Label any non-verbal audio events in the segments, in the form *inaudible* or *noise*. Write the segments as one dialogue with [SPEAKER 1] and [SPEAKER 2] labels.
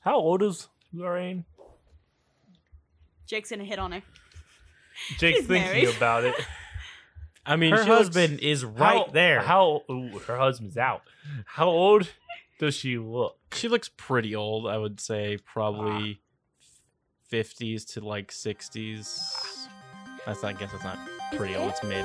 [SPEAKER 1] How old is Lorraine?
[SPEAKER 2] Jake's gonna hit on her.
[SPEAKER 1] Jake's
[SPEAKER 2] She's
[SPEAKER 1] thinking
[SPEAKER 2] married.
[SPEAKER 1] about *laughs* it. I mean,
[SPEAKER 3] Her
[SPEAKER 1] she looks-
[SPEAKER 3] husband is
[SPEAKER 1] how-
[SPEAKER 3] right there.
[SPEAKER 1] How ooh, her husband's out. How old does she look?
[SPEAKER 4] She looks pretty old, I would say, probably
[SPEAKER 3] Ah.
[SPEAKER 4] 50s to like 60s. That's not, I guess that's not pretty old, it's mid.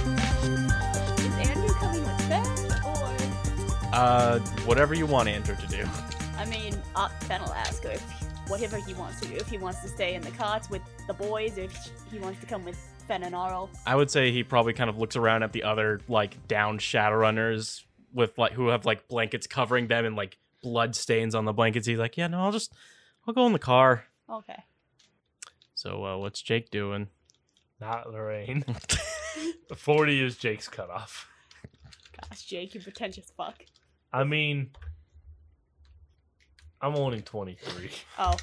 [SPEAKER 2] Is Andrew coming with them? Or
[SPEAKER 4] Uh, whatever you want Andrew to do.
[SPEAKER 2] I mean, uh, Ben will ask her if whatever he wants to do. If he wants to stay in the carts with the boys, if he wants to come with Fen and Arl.
[SPEAKER 4] I would say he probably kind of looks around at the other like down Shadowrunners with like who have like blankets covering them and like blood stains on the blankets. He's like, yeah, no, I'll just I'll go in the car.
[SPEAKER 2] Okay.
[SPEAKER 4] So uh, what's Jake doing?
[SPEAKER 1] Not
[SPEAKER 2] *laughs*
[SPEAKER 1] Lorraine. Forty is Jake's cutoff.
[SPEAKER 2] Gosh, Jake, you pretentious fuck.
[SPEAKER 1] I mean, I'm only twenty three.
[SPEAKER 2] *laughs* Oh.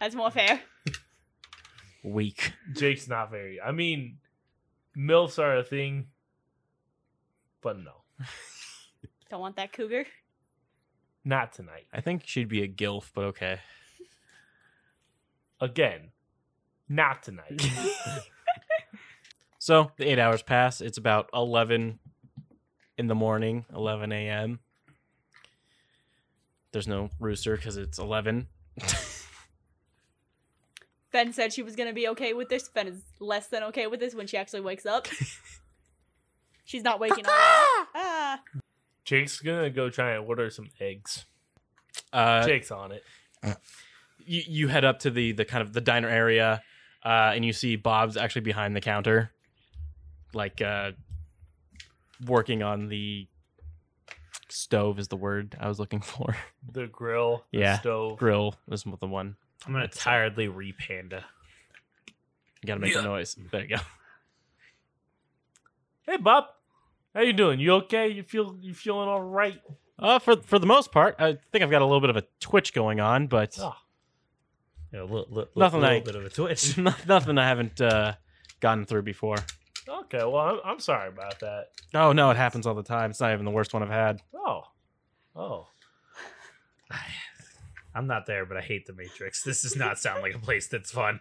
[SPEAKER 2] That's more fair.
[SPEAKER 4] Weak.
[SPEAKER 1] Jake's not very. I mean, milfs are a thing, but no,
[SPEAKER 2] Don't want that cougar.
[SPEAKER 1] not tonight.
[SPEAKER 4] I think she'd be a gilf, but okay.
[SPEAKER 1] Again, not tonight.
[SPEAKER 2] *laughs*
[SPEAKER 4] So the eight hours pass. It's about eleven in the morning, eleven a.m. There's no rooster because it's eleven.
[SPEAKER 2] Fen said she was gonna be okay with this. Fen is less than okay with this when she actually wakes *laughs* up. She's not waking up. Ah.
[SPEAKER 1] Jake's gonna go try and order some eggs.
[SPEAKER 4] Uh,
[SPEAKER 1] Jake's on it.
[SPEAKER 4] you, you head up to the the kind of the diner area, uh, and you see Bob's actually behind the counter, like uh, working on the stove is the word I was looking *laughs* for.
[SPEAKER 1] The grill, the
[SPEAKER 4] Yeah.
[SPEAKER 1] stove.
[SPEAKER 4] Grill is the one.
[SPEAKER 3] I'm gonna
[SPEAKER 4] That's-
[SPEAKER 3] tiredly repanda.
[SPEAKER 4] You gotta make
[SPEAKER 1] Yeah.
[SPEAKER 4] a noise. There you go.
[SPEAKER 1] Hey, Bob, how you doing? You okay? You feel you feeling all right?
[SPEAKER 4] Uh, for for the most part, I think I've got a little bit of a twitch going on, but
[SPEAKER 1] Oh.
[SPEAKER 3] You know, a little, little,
[SPEAKER 4] Nothing
[SPEAKER 3] little
[SPEAKER 4] like-
[SPEAKER 3] bit of
[SPEAKER 4] *laughs*
[SPEAKER 3] a twitch. *laughs*
[SPEAKER 4] no- nothing I haven't uh, gotten through before.
[SPEAKER 1] Okay, well, I'm, I'm sorry about that.
[SPEAKER 4] Oh no, it happens all the time. It's not even the worst one I've had.
[SPEAKER 1] Oh, oh,
[SPEAKER 3] I'm not there, but I hate the Matrix. This does not sound like a place that's fun.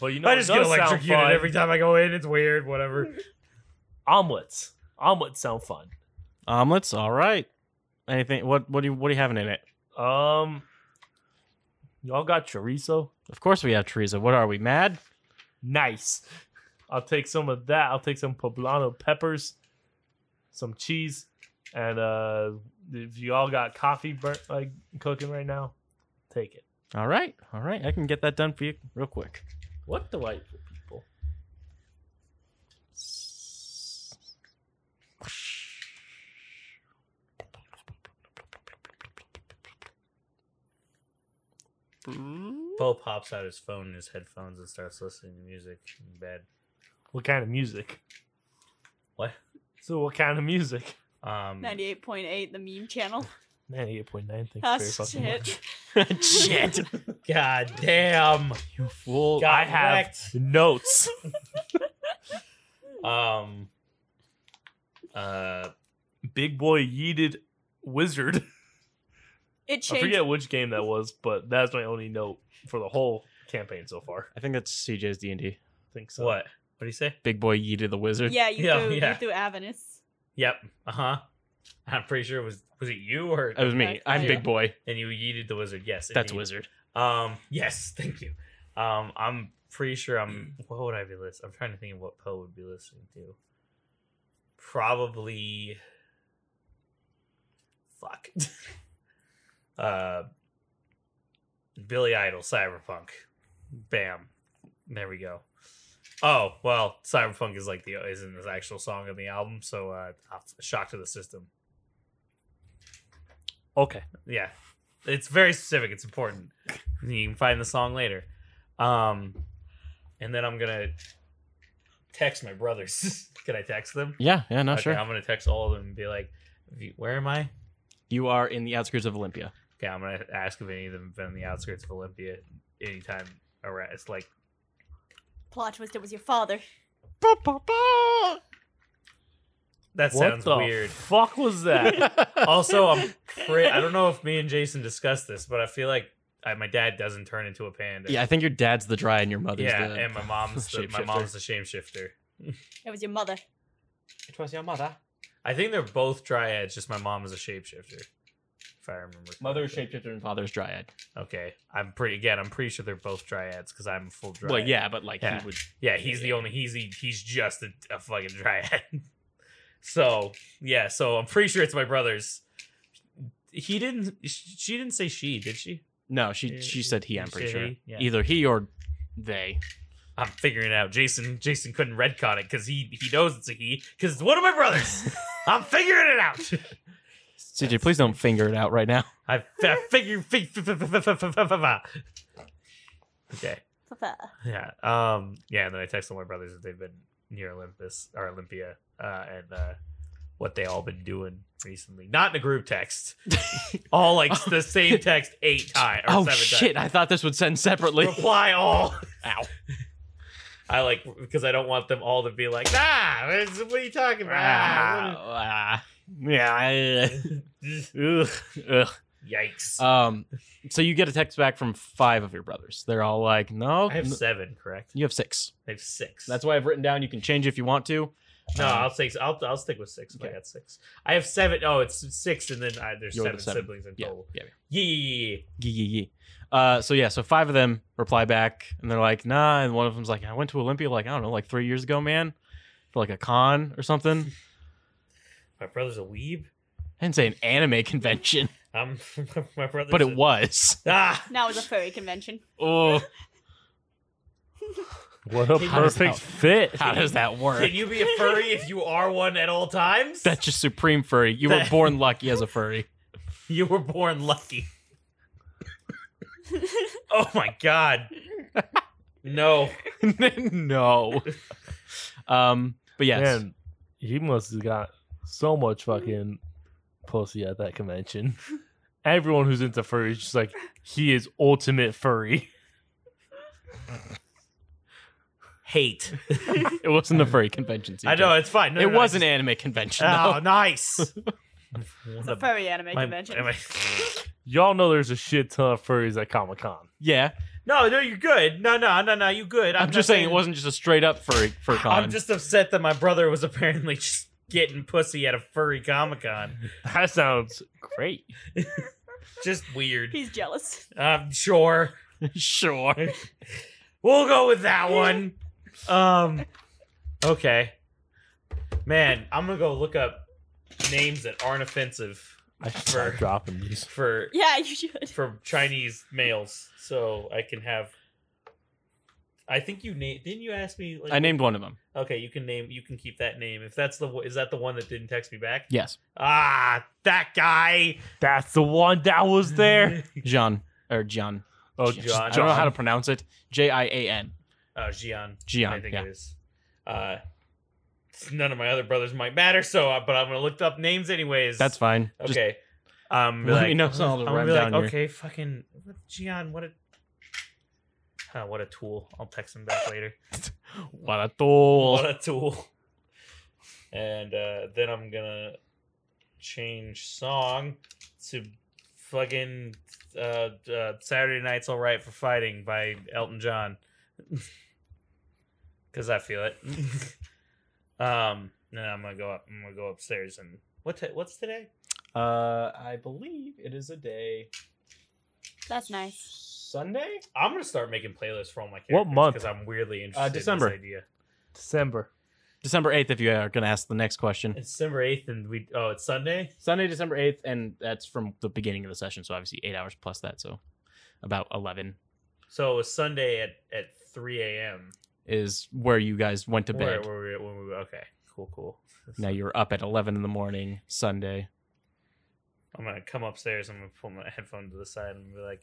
[SPEAKER 1] but
[SPEAKER 3] *laughs*
[SPEAKER 1] you know,
[SPEAKER 3] I
[SPEAKER 1] it
[SPEAKER 3] just get
[SPEAKER 1] does sound
[SPEAKER 3] electrocuted
[SPEAKER 1] fun.
[SPEAKER 3] every time I go in. It's weird. Whatever.
[SPEAKER 1] *laughs* omelets. Omelets sound fun.
[SPEAKER 4] Omelets, all right. Anything? What what do you what are you having in it?
[SPEAKER 1] Um, y'all got chorizo?
[SPEAKER 4] Of course we have chorizo. What are we mad?
[SPEAKER 1] Nice. I'll take some of that. I'll take some poblano peppers, some cheese, and uh, if you all got coffee burnt, like cooking right now, take it.
[SPEAKER 4] All right, all right. I can get that done for you real quick.
[SPEAKER 1] What delightful people.
[SPEAKER 3] Bo pops out his phone and his headphones and starts listening to music in bed.
[SPEAKER 1] What kind of music?
[SPEAKER 3] What?
[SPEAKER 1] So what kind of music?
[SPEAKER 3] Um,
[SPEAKER 2] 98.8, the meme channel.
[SPEAKER 1] Ninety-eight point nine. Thanks
[SPEAKER 2] Ah,
[SPEAKER 1] very fucking much.
[SPEAKER 2] shit.
[SPEAKER 3] shit. God damn.
[SPEAKER 4] You fool!
[SPEAKER 3] Got
[SPEAKER 1] I have
[SPEAKER 3] wrecked.
[SPEAKER 1] notes.
[SPEAKER 3] Um. Uh.
[SPEAKER 1] Big boy yeeted wizard.
[SPEAKER 2] It
[SPEAKER 1] I
[SPEAKER 2] changed.
[SPEAKER 1] forget which game that was, but that's my only note for the whole campaign so far.
[SPEAKER 4] I think that's CJ's D and D.
[SPEAKER 1] I think so.
[SPEAKER 3] What? What do you say?
[SPEAKER 4] Big boy yeeted the wizard.
[SPEAKER 2] Yeah, you
[SPEAKER 3] Yeah,
[SPEAKER 2] threw
[SPEAKER 3] yeah.
[SPEAKER 2] you threw Avenus.
[SPEAKER 3] Yep. Uh huh. I'm pretty sure it was was it you or
[SPEAKER 4] It was me. I'm Big Boy.
[SPEAKER 3] and you yeeted the wizard. Yes,
[SPEAKER 4] Uh, That's
[SPEAKER 3] indeed.
[SPEAKER 4] wizard.
[SPEAKER 3] Um. Yes. *laughs* Thank you. Um. I'm pretty sure I'm. What would I be listening? I'm trying to think of what Poe would be listening to. Probably. Fuck. *laughs* uh. Billy Idol, Cyberpunk. Bam. There we go. Oh well, Cyberpunk is like the isn't the actual song on the album, so uh, shock to the system.
[SPEAKER 1] Okay.
[SPEAKER 3] Yeah. It's very specific. It's important. You can find the song later. Um, and then I'm gonna text my brothers. *laughs* Can I text them?
[SPEAKER 4] Yeah, yeah, no,
[SPEAKER 3] okay,
[SPEAKER 4] sure.
[SPEAKER 3] I'm gonna text all of them and be like, "If you- "Where am I?"
[SPEAKER 4] You are in the outskirts of *laughs* Olympia.
[SPEAKER 3] Okay, I'm gonna ask if any of them have been on the outskirts of Olympia anytime around. It's like,
[SPEAKER 2] Plot twist, it was your father.
[SPEAKER 3] that
[SPEAKER 1] what
[SPEAKER 3] sounds
[SPEAKER 1] the
[SPEAKER 3] weird.
[SPEAKER 1] fuck was
[SPEAKER 4] *laughs*
[SPEAKER 1] that?
[SPEAKER 3] also, I'm pretty. I don't know if me and Jason discussed this, but I feel like I, my dad doesn't turn into a panda.
[SPEAKER 4] yeah, I think your dad's the dry and your mother's
[SPEAKER 3] yeah,
[SPEAKER 4] the
[SPEAKER 3] and
[SPEAKER 4] *laughs*
[SPEAKER 3] my mom's the, my
[SPEAKER 4] shapeshifter.
[SPEAKER 3] mom's the shapeshifter.
[SPEAKER 2] It was your mother.
[SPEAKER 4] It was your mother.
[SPEAKER 3] I think they're both dryads. Just my mom is a shapeshifter, if I remember.
[SPEAKER 4] Mother is
[SPEAKER 3] correctly.
[SPEAKER 4] shapeshifter and father's dryad.
[SPEAKER 3] Okay, I'm pretty. Again, I'm pretty sure they're both dryads because I'm a full dryad.
[SPEAKER 4] Well, yeah, but like
[SPEAKER 3] Yeah.
[SPEAKER 4] he would.
[SPEAKER 3] Yeah, he's the only he's the, he's just a, a fucking dryad. *laughs* so yeah, so I'm pretty sure it's my brother's. He didn't. sh- She didn't say she, did she?
[SPEAKER 4] No, she
[SPEAKER 3] Yeah,
[SPEAKER 4] she said he. I'm
[SPEAKER 3] she
[SPEAKER 4] pretty
[SPEAKER 3] said
[SPEAKER 4] sure.
[SPEAKER 3] he, yeah.
[SPEAKER 4] Either he or they.
[SPEAKER 3] I'm figuring it out. Jason Jason couldn't redcon it because he he knows it's a he because it's one of
[SPEAKER 4] *laughs*
[SPEAKER 3] my brothers. I'm figuring it out. *laughs*
[SPEAKER 4] CJ, please don't finger it out right now.
[SPEAKER 3] I, I figure. fig- fi- fi- fi- fi- fi- fi- fi- fi. Okay.
[SPEAKER 2] Papa.
[SPEAKER 3] Yeah. Um. Yeah. And then I text all my brothers that they've been near Olympus or Olympia, uh, and uh, what they all been doing recently. Not in a
[SPEAKER 4] *laughs*
[SPEAKER 3] group text. all like the same text eight times.
[SPEAKER 4] Oh shit! I thought this would send *laughs* separately.
[SPEAKER 3] Reply all.
[SPEAKER 4] Ow.
[SPEAKER 3] I like because I don't want them all to be like, ah, what are you talking about?
[SPEAKER 4] Ah,
[SPEAKER 3] Ah,
[SPEAKER 4] yeah.
[SPEAKER 3] what
[SPEAKER 4] *laughs* Ugh. Ugh.
[SPEAKER 3] a-" Yikes.
[SPEAKER 4] Um, so you get a text back from five of your brothers. They're all like, "No,
[SPEAKER 3] I have
[SPEAKER 4] n-
[SPEAKER 3] seven, correct?
[SPEAKER 4] you have six.
[SPEAKER 3] I have six.
[SPEAKER 4] That's why I've written down. You can change if you want to.
[SPEAKER 3] no.
[SPEAKER 4] um,
[SPEAKER 3] I'll take. I'll I'll stick with six. if I
[SPEAKER 4] Okay.
[SPEAKER 3] got six. I have seven. Oh, it's six, and then I, there's
[SPEAKER 4] You're the
[SPEAKER 3] seven,
[SPEAKER 4] seven.
[SPEAKER 3] siblings in
[SPEAKER 4] Yeah,
[SPEAKER 3] total.
[SPEAKER 4] yeah,
[SPEAKER 3] Yeah, yeah, yeah, yeah.
[SPEAKER 4] Yee, yee, yee. Uh, so yeah, so five of them reply back, and they're like, "Nah." And one of them's like, "I went to Olympia, like I don't know, like three years ago, man, for like a con or something."
[SPEAKER 3] My brother's a weeb.
[SPEAKER 4] I didn't say an anime *laughs* convention,
[SPEAKER 3] Um, *laughs* my brother.
[SPEAKER 4] but it was.
[SPEAKER 3] Ah,
[SPEAKER 2] Now it's a furry convention. *laughs*
[SPEAKER 4] Oh,
[SPEAKER 1] What a
[SPEAKER 4] How does
[SPEAKER 1] perfect
[SPEAKER 4] that-
[SPEAKER 1] fit.
[SPEAKER 4] *laughs* how does that work?
[SPEAKER 3] *laughs* can you be a furry if you are one at all times?
[SPEAKER 4] That's just supreme furry. You were
[SPEAKER 3] That-
[SPEAKER 4] born lucky as a furry. *laughs*
[SPEAKER 3] you were born lucky. oh my god. No.
[SPEAKER 4] no. Um, but yes.
[SPEAKER 1] Man, he must have got so much fucking pussy at that *laughs* convention. Everyone who's into furry is just like, he is ultimate furry.
[SPEAKER 3] Hate.
[SPEAKER 4] It wasn't a furry convention.
[SPEAKER 3] I
[SPEAKER 4] CJ.
[SPEAKER 3] know it's fine. No,
[SPEAKER 4] it
[SPEAKER 3] no, no,
[SPEAKER 4] was
[SPEAKER 3] I
[SPEAKER 4] an anime convention.
[SPEAKER 3] just-
[SPEAKER 4] though.
[SPEAKER 3] Oh,
[SPEAKER 4] *laughs*
[SPEAKER 3] nice.
[SPEAKER 2] It's a furry anime
[SPEAKER 3] My-
[SPEAKER 2] convention.
[SPEAKER 3] am I-
[SPEAKER 1] Y'all know there's a shit ton of furries at Comic Con.
[SPEAKER 4] Yeah,
[SPEAKER 3] no, no, you're good. No, no, no, no, you good.
[SPEAKER 4] I'm,
[SPEAKER 3] not
[SPEAKER 4] just saying it wasn't just a straight up furry fur con.
[SPEAKER 3] I'm just upset that my brother was apparently just getting pussy at a furry Comic Con.
[SPEAKER 1] That sounds great.
[SPEAKER 3] Just weird.
[SPEAKER 2] He's jealous. *laughs*
[SPEAKER 3] Um, sure.
[SPEAKER 4] *laughs* sure.
[SPEAKER 3] *laughs* We'll go with that one. Um, okay. Man, I'm gonna go look up names that aren't offensive
[SPEAKER 1] I should start
[SPEAKER 3] Fur.
[SPEAKER 1] dropping these.
[SPEAKER 3] for
[SPEAKER 2] Yeah, you should.
[SPEAKER 3] for Chinese males, so I can have. I think you name. Didn't you ask me? Like,
[SPEAKER 4] I named one of them.
[SPEAKER 3] Okay, you can name. You can keep that name if that's the. one- Is that the one that didn't text me back?
[SPEAKER 4] Yes,
[SPEAKER 3] Ah, that guy
[SPEAKER 1] That's the one that was *laughs* there.
[SPEAKER 3] *laughs*
[SPEAKER 4] Jean or John.
[SPEAKER 1] Oh,
[SPEAKER 4] Jeez, I
[SPEAKER 3] John.
[SPEAKER 4] don't know how to pronounce it. J i a n.
[SPEAKER 3] Oh, Gian. I
[SPEAKER 4] Gian.
[SPEAKER 3] think
[SPEAKER 4] Yeah.
[SPEAKER 3] it is. Uh, none of my other brothers might matter, so uh, but I'm gonna look up names anyways.
[SPEAKER 4] That's fine. Just
[SPEAKER 3] Okay. Um,
[SPEAKER 4] let me know so I'll
[SPEAKER 3] I'm gonna be
[SPEAKER 4] write 'em
[SPEAKER 3] like,
[SPEAKER 4] down
[SPEAKER 3] okay, fucking what, Gian, what a huh, what a tool. I'll text him back later.
[SPEAKER 4] what a tool.
[SPEAKER 3] What a tool. And uh, then I'm gonna change song to fucking uh, uh, Saturday Night's All Right for Fighting by Elton John. *laughs* Cause I feel it. *laughs* um, and then I'm gonna go up. I'm gonna go upstairs and what? T- what's today?
[SPEAKER 4] Uh, I believe it is a day
[SPEAKER 2] That's nice.
[SPEAKER 4] Sunday.
[SPEAKER 3] I'm gonna start making playlists for all my characters.
[SPEAKER 1] What month? Uh,
[SPEAKER 3] Because I'm weirdly interested.
[SPEAKER 4] December.
[SPEAKER 3] In this idea.
[SPEAKER 1] December.
[SPEAKER 4] December eighth. If you are going to ask the next question,
[SPEAKER 3] It's December eighth, and we. Oh, it's Sunday.
[SPEAKER 4] Sunday, December 8th, and that's from the beginning of the session. So obviously eight hours plus that. So about 11
[SPEAKER 3] So it was Sunday at at three a.m.
[SPEAKER 4] is where you guys went to
[SPEAKER 3] Where,
[SPEAKER 4] bed.
[SPEAKER 3] where we, when we, okay, cool, cool.
[SPEAKER 4] Now you're up at 11 in the morning, Sunday.
[SPEAKER 3] I'm gonna come upstairs. I'm gonna pull my headphone to the side and be like,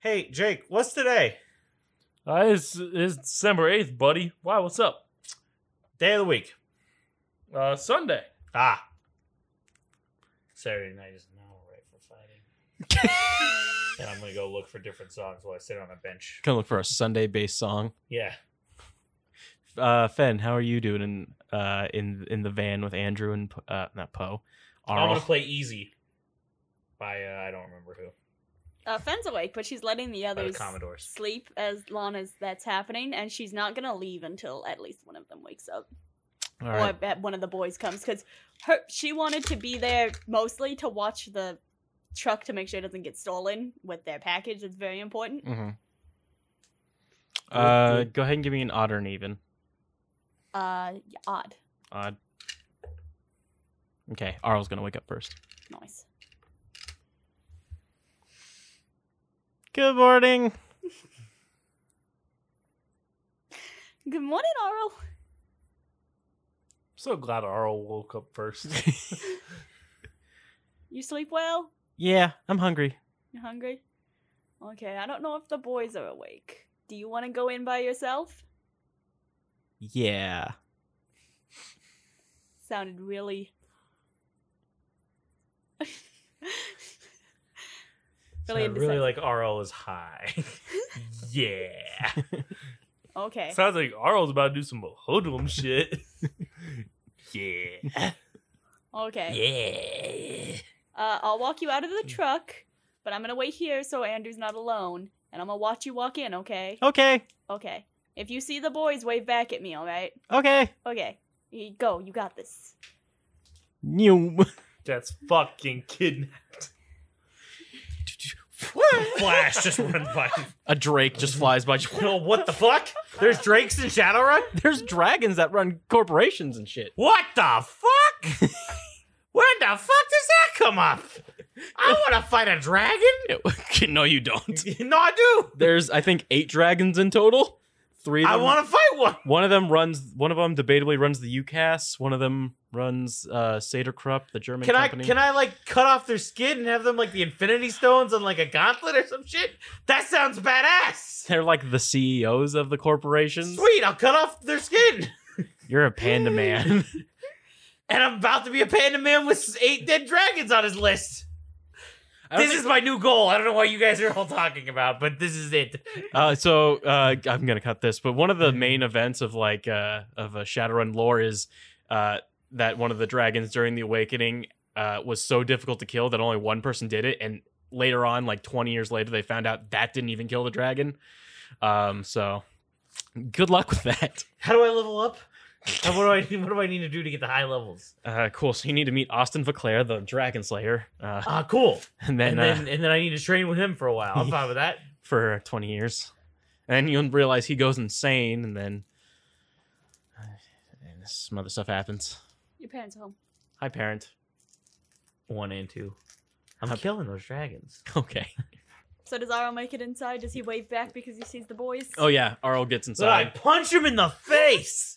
[SPEAKER 3] "Hey, Jake, what's today?
[SPEAKER 1] Uh, it's, it's December 8th, buddy. Wow, what's up?
[SPEAKER 3] Day of the week?
[SPEAKER 1] Uh, Sunday.
[SPEAKER 3] Ah, Saturday night is now right for fighting."
[SPEAKER 4] *laughs*
[SPEAKER 3] and I'm gonna go look for different songs while I sit on a bench.
[SPEAKER 4] Gonna look for a Sunday based song.
[SPEAKER 3] Yeah,
[SPEAKER 4] Uh, Fen, how are you doing in uh in in the van with Andrew and P- uh not Poe?
[SPEAKER 3] I'm
[SPEAKER 4] Arl.
[SPEAKER 3] gonna play "Easy" by uh, I don't remember who.
[SPEAKER 2] Uh, Fen's awake, but she's letting the
[SPEAKER 3] By the
[SPEAKER 2] others
[SPEAKER 3] Commodores.
[SPEAKER 2] sleep as long as that's happening, and she's not gonna leave until at least one of them wakes up.
[SPEAKER 4] All
[SPEAKER 2] or
[SPEAKER 4] right.
[SPEAKER 2] at one of the boys comes because her she wanted to be there mostly to watch the truck to make sure it doesn't get stolen with their package. It's very important.
[SPEAKER 4] Mhm. Uh, go ahead and give me an odd or an even.
[SPEAKER 2] Uh, yeah, odd
[SPEAKER 4] Odd. Okay, Arl's gonna wake up first.
[SPEAKER 2] noise.
[SPEAKER 4] Good morning.
[SPEAKER 2] Good morning, Arl.
[SPEAKER 1] I'm so glad Arl woke up first.
[SPEAKER 2] You sleep well?
[SPEAKER 4] Yeah, I'm hungry.
[SPEAKER 2] You hungry? Okay, I don't know if the boys are awake. Do you want to go in by yourself?
[SPEAKER 4] Yeah.
[SPEAKER 2] Sounded really. *laughs* really
[SPEAKER 3] I really
[SPEAKER 2] indecisive.
[SPEAKER 3] like RL is high. yeah.
[SPEAKER 2] okay.
[SPEAKER 1] Sounds like Arl's about to do some hoodlum shit.
[SPEAKER 3] Yeah.
[SPEAKER 2] okay.
[SPEAKER 3] Yeah.
[SPEAKER 2] Uh, I'll walk you out of the truck, but I'm gonna wait here so Andrew's not alone, and I'm gonna watch you walk in, okay?
[SPEAKER 4] Okay.
[SPEAKER 2] Okay. If you see the boys, wave back at me, alright?
[SPEAKER 4] Okay.
[SPEAKER 2] Okay. You go, you got this.
[SPEAKER 4] New.
[SPEAKER 1] That's fucking kidnapped.
[SPEAKER 3] Flash just runs by.
[SPEAKER 4] *laughs* A drake just flies by. *laughs* Just,
[SPEAKER 3] No, what the fuck? There's drakes in Shadowrun?
[SPEAKER 4] There's dragons that run corporations and shit.
[SPEAKER 3] What the fuck? Where the fuck does that come up? I want to fight a dragon.
[SPEAKER 4] *laughs* no, you don't.
[SPEAKER 3] *laughs* No, I do.
[SPEAKER 4] There's, I think, eight dragons in total. Three. Of
[SPEAKER 3] I
[SPEAKER 4] them,
[SPEAKER 3] want to fight one.
[SPEAKER 4] One of them runs. One of them debatably runs the UCAS. One of them runs uh, Saderkrupp, the German
[SPEAKER 3] Can I
[SPEAKER 4] company.
[SPEAKER 3] can I like cut off their skin and have them like the Infinity Stones and like a gauntlet or some shit? That sounds badass.
[SPEAKER 4] They're like the CEOs of the corporations.
[SPEAKER 3] Sweet, I'll cut off their skin.
[SPEAKER 4] You're a panda
[SPEAKER 3] *laughs*
[SPEAKER 4] man. *laughs*
[SPEAKER 3] And I'm about to be a panda man with eight dead dragons on his list.
[SPEAKER 4] I don't
[SPEAKER 3] This is my new goal. I don't know what you guys are all talking about, but this is it.
[SPEAKER 4] Uh, so uh, I'm gonna cut this, but one of the main events of like uh, of a Shadowrun lore is uh, that one of the dragons during the Awakening uh, was so difficult to kill that only one person did it, and later on, like 20 years later, they found out that didn't even kill the dragon. Um, so good luck with that.
[SPEAKER 3] How do I level up? And what do I *laughs* what do I need to do to get the high levels?
[SPEAKER 4] Uh, cool. So you need to meet Austin Vaclair, the Dragon Slayer, uh, *laughs*
[SPEAKER 3] Ah, cool.
[SPEAKER 4] and then,
[SPEAKER 3] And
[SPEAKER 4] uh,
[SPEAKER 3] then and then I need to train with him for a while. I'm fine with that.
[SPEAKER 4] for 20 years, and then you'll realize he goes insane, and then uh, and some other stuff happens.
[SPEAKER 2] Your parents are home.
[SPEAKER 4] Hi, parent.
[SPEAKER 3] *laughs*
[SPEAKER 4] *laughs*
[SPEAKER 3] One and two. I'm
[SPEAKER 4] How-
[SPEAKER 3] killing those dragons.
[SPEAKER 4] Okay.
[SPEAKER 2] So does Arl make it inside? Does he wave back because he sees the boys?
[SPEAKER 4] Oh yeah, Arl
[SPEAKER 3] *laughs*
[SPEAKER 4] gets
[SPEAKER 3] So I
[SPEAKER 4] inside.
[SPEAKER 3] punch him in the face.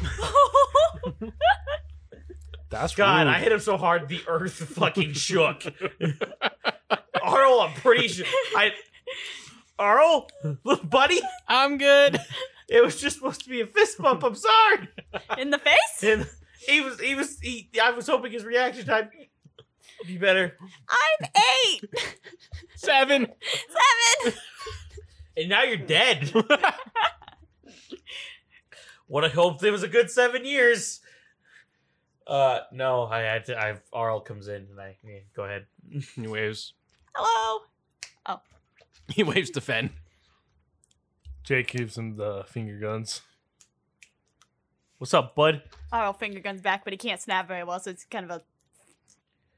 [SPEAKER 1] *laughs*
[SPEAKER 2] *laughs*
[SPEAKER 1] That's
[SPEAKER 3] God,
[SPEAKER 1] rude.
[SPEAKER 3] I hit him so hard the *laughs* earth fucking shook. *laughs* Arl, I'm pretty sure. I Arl, little buddy,
[SPEAKER 4] I'm good.
[SPEAKER 3] it was just supposed to be a fist bump. I'm *laughs* sorry.
[SPEAKER 2] In the face?
[SPEAKER 3] And he was, he was, he. I was hoping his reaction time would be better.
[SPEAKER 2] I'm eight!
[SPEAKER 4] *laughs* Seven.
[SPEAKER 2] Seven!
[SPEAKER 3] And now you're dead. *laughs* what I hoped it was a good seven years. Uh, no, I had to. I Arl comes in and I yeah, go ahead.
[SPEAKER 4] He waves.
[SPEAKER 2] Hello!
[SPEAKER 4] He waves to Fen.
[SPEAKER 1] Jake gives him the finger guns. What's up, bud?
[SPEAKER 2] Arl Oh, finger guns back, but he can't snap very well, so it's kind of a.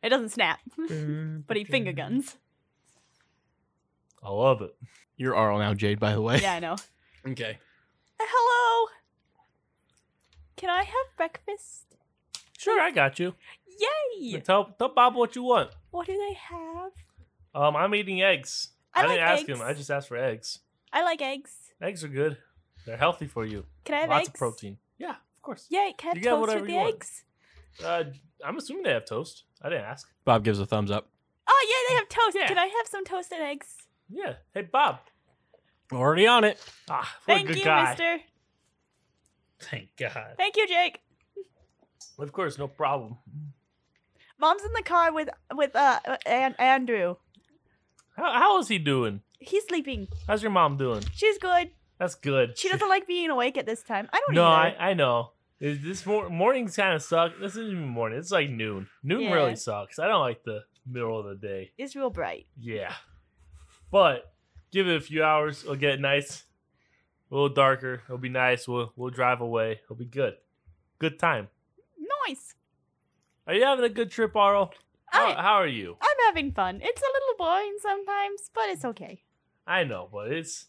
[SPEAKER 2] It doesn't snap, *laughs* but he finger
[SPEAKER 1] *laughs*
[SPEAKER 2] guns.
[SPEAKER 1] I love it.
[SPEAKER 4] You're Arl now, Jade. By the way.
[SPEAKER 2] Yeah, I know. Uh,
[SPEAKER 4] Okay.
[SPEAKER 2] Hello. Can I have breakfast?
[SPEAKER 1] Sure, I got you.
[SPEAKER 2] Yay!
[SPEAKER 1] Tell tell Bob what you want.
[SPEAKER 2] What do they have?
[SPEAKER 1] Um, I'm eating eggs.
[SPEAKER 2] I
[SPEAKER 1] didn't
[SPEAKER 2] like
[SPEAKER 1] ask
[SPEAKER 2] eggs.
[SPEAKER 1] him. I just asked for eggs.
[SPEAKER 2] I like eggs.
[SPEAKER 1] Eggs are good. They're healthy for you.
[SPEAKER 2] Can I have
[SPEAKER 1] Lots
[SPEAKER 2] eggs?
[SPEAKER 1] of protein. Yeah, of course.
[SPEAKER 2] Yay! Can I have
[SPEAKER 1] You can have
[SPEAKER 2] toast
[SPEAKER 1] whatever
[SPEAKER 2] with
[SPEAKER 1] you
[SPEAKER 2] the
[SPEAKER 1] want.
[SPEAKER 2] eggs?
[SPEAKER 1] Uh, I'm assuming they have toast. I didn't ask.
[SPEAKER 4] *laughs* Bob gives a thumbs up.
[SPEAKER 2] Oh yeah, they have toast.
[SPEAKER 1] Yeah.
[SPEAKER 2] Can I have some toast and eggs?
[SPEAKER 1] Yeah. Hey, Bob.
[SPEAKER 4] Already on it.
[SPEAKER 1] Ah, what
[SPEAKER 2] Thank
[SPEAKER 1] a good
[SPEAKER 2] you,
[SPEAKER 1] guy.
[SPEAKER 2] Mister.
[SPEAKER 3] Thank God.
[SPEAKER 2] Thank you, Jake.
[SPEAKER 1] Of course, no problem.
[SPEAKER 2] Mom's in the car with with uh and Andrew.
[SPEAKER 1] How, how is he doing?
[SPEAKER 2] He's sleeping.
[SPEAKER 1] How's your mom doing?
[SPEAKER 2] She's good.
[SPEAKER 1] That's good.
[SPEAKER 2] She doesn't like being awake at this time. I don't
[SPEAKER 1] No,
[SPEAKER 2] either.
[SPEAKER 1] I, I know. This this mor- morning's kind of suck. This isn't even morning. It's like noon. Noon
[SPEAKER 2] Yeah.
[SPEAKER 1] really sucks. I don't like the middle of the day.
[SPEAKER 2] It's real bright.
[SPEAKER 1] Yeah. But give it a few hours. It'll get nice. A little darker. It'll be nice. We'll we'll drive away. It'll be good. Good time.
[SPEAKER 2] Nice.
[SPEAKER 1] Are you having a good trip, Arl?
[SPEAKER 3] Oh,
[SPEAKER 1] How,
[SPEAKER 3] uh,
[SPEAKER 2] I
[SPEAKER 1] how are you?
[SPEAKER 2] I'm having fun. It's a little boring sometimes, but it's okay.
[SPEAKER 1] I know, but it's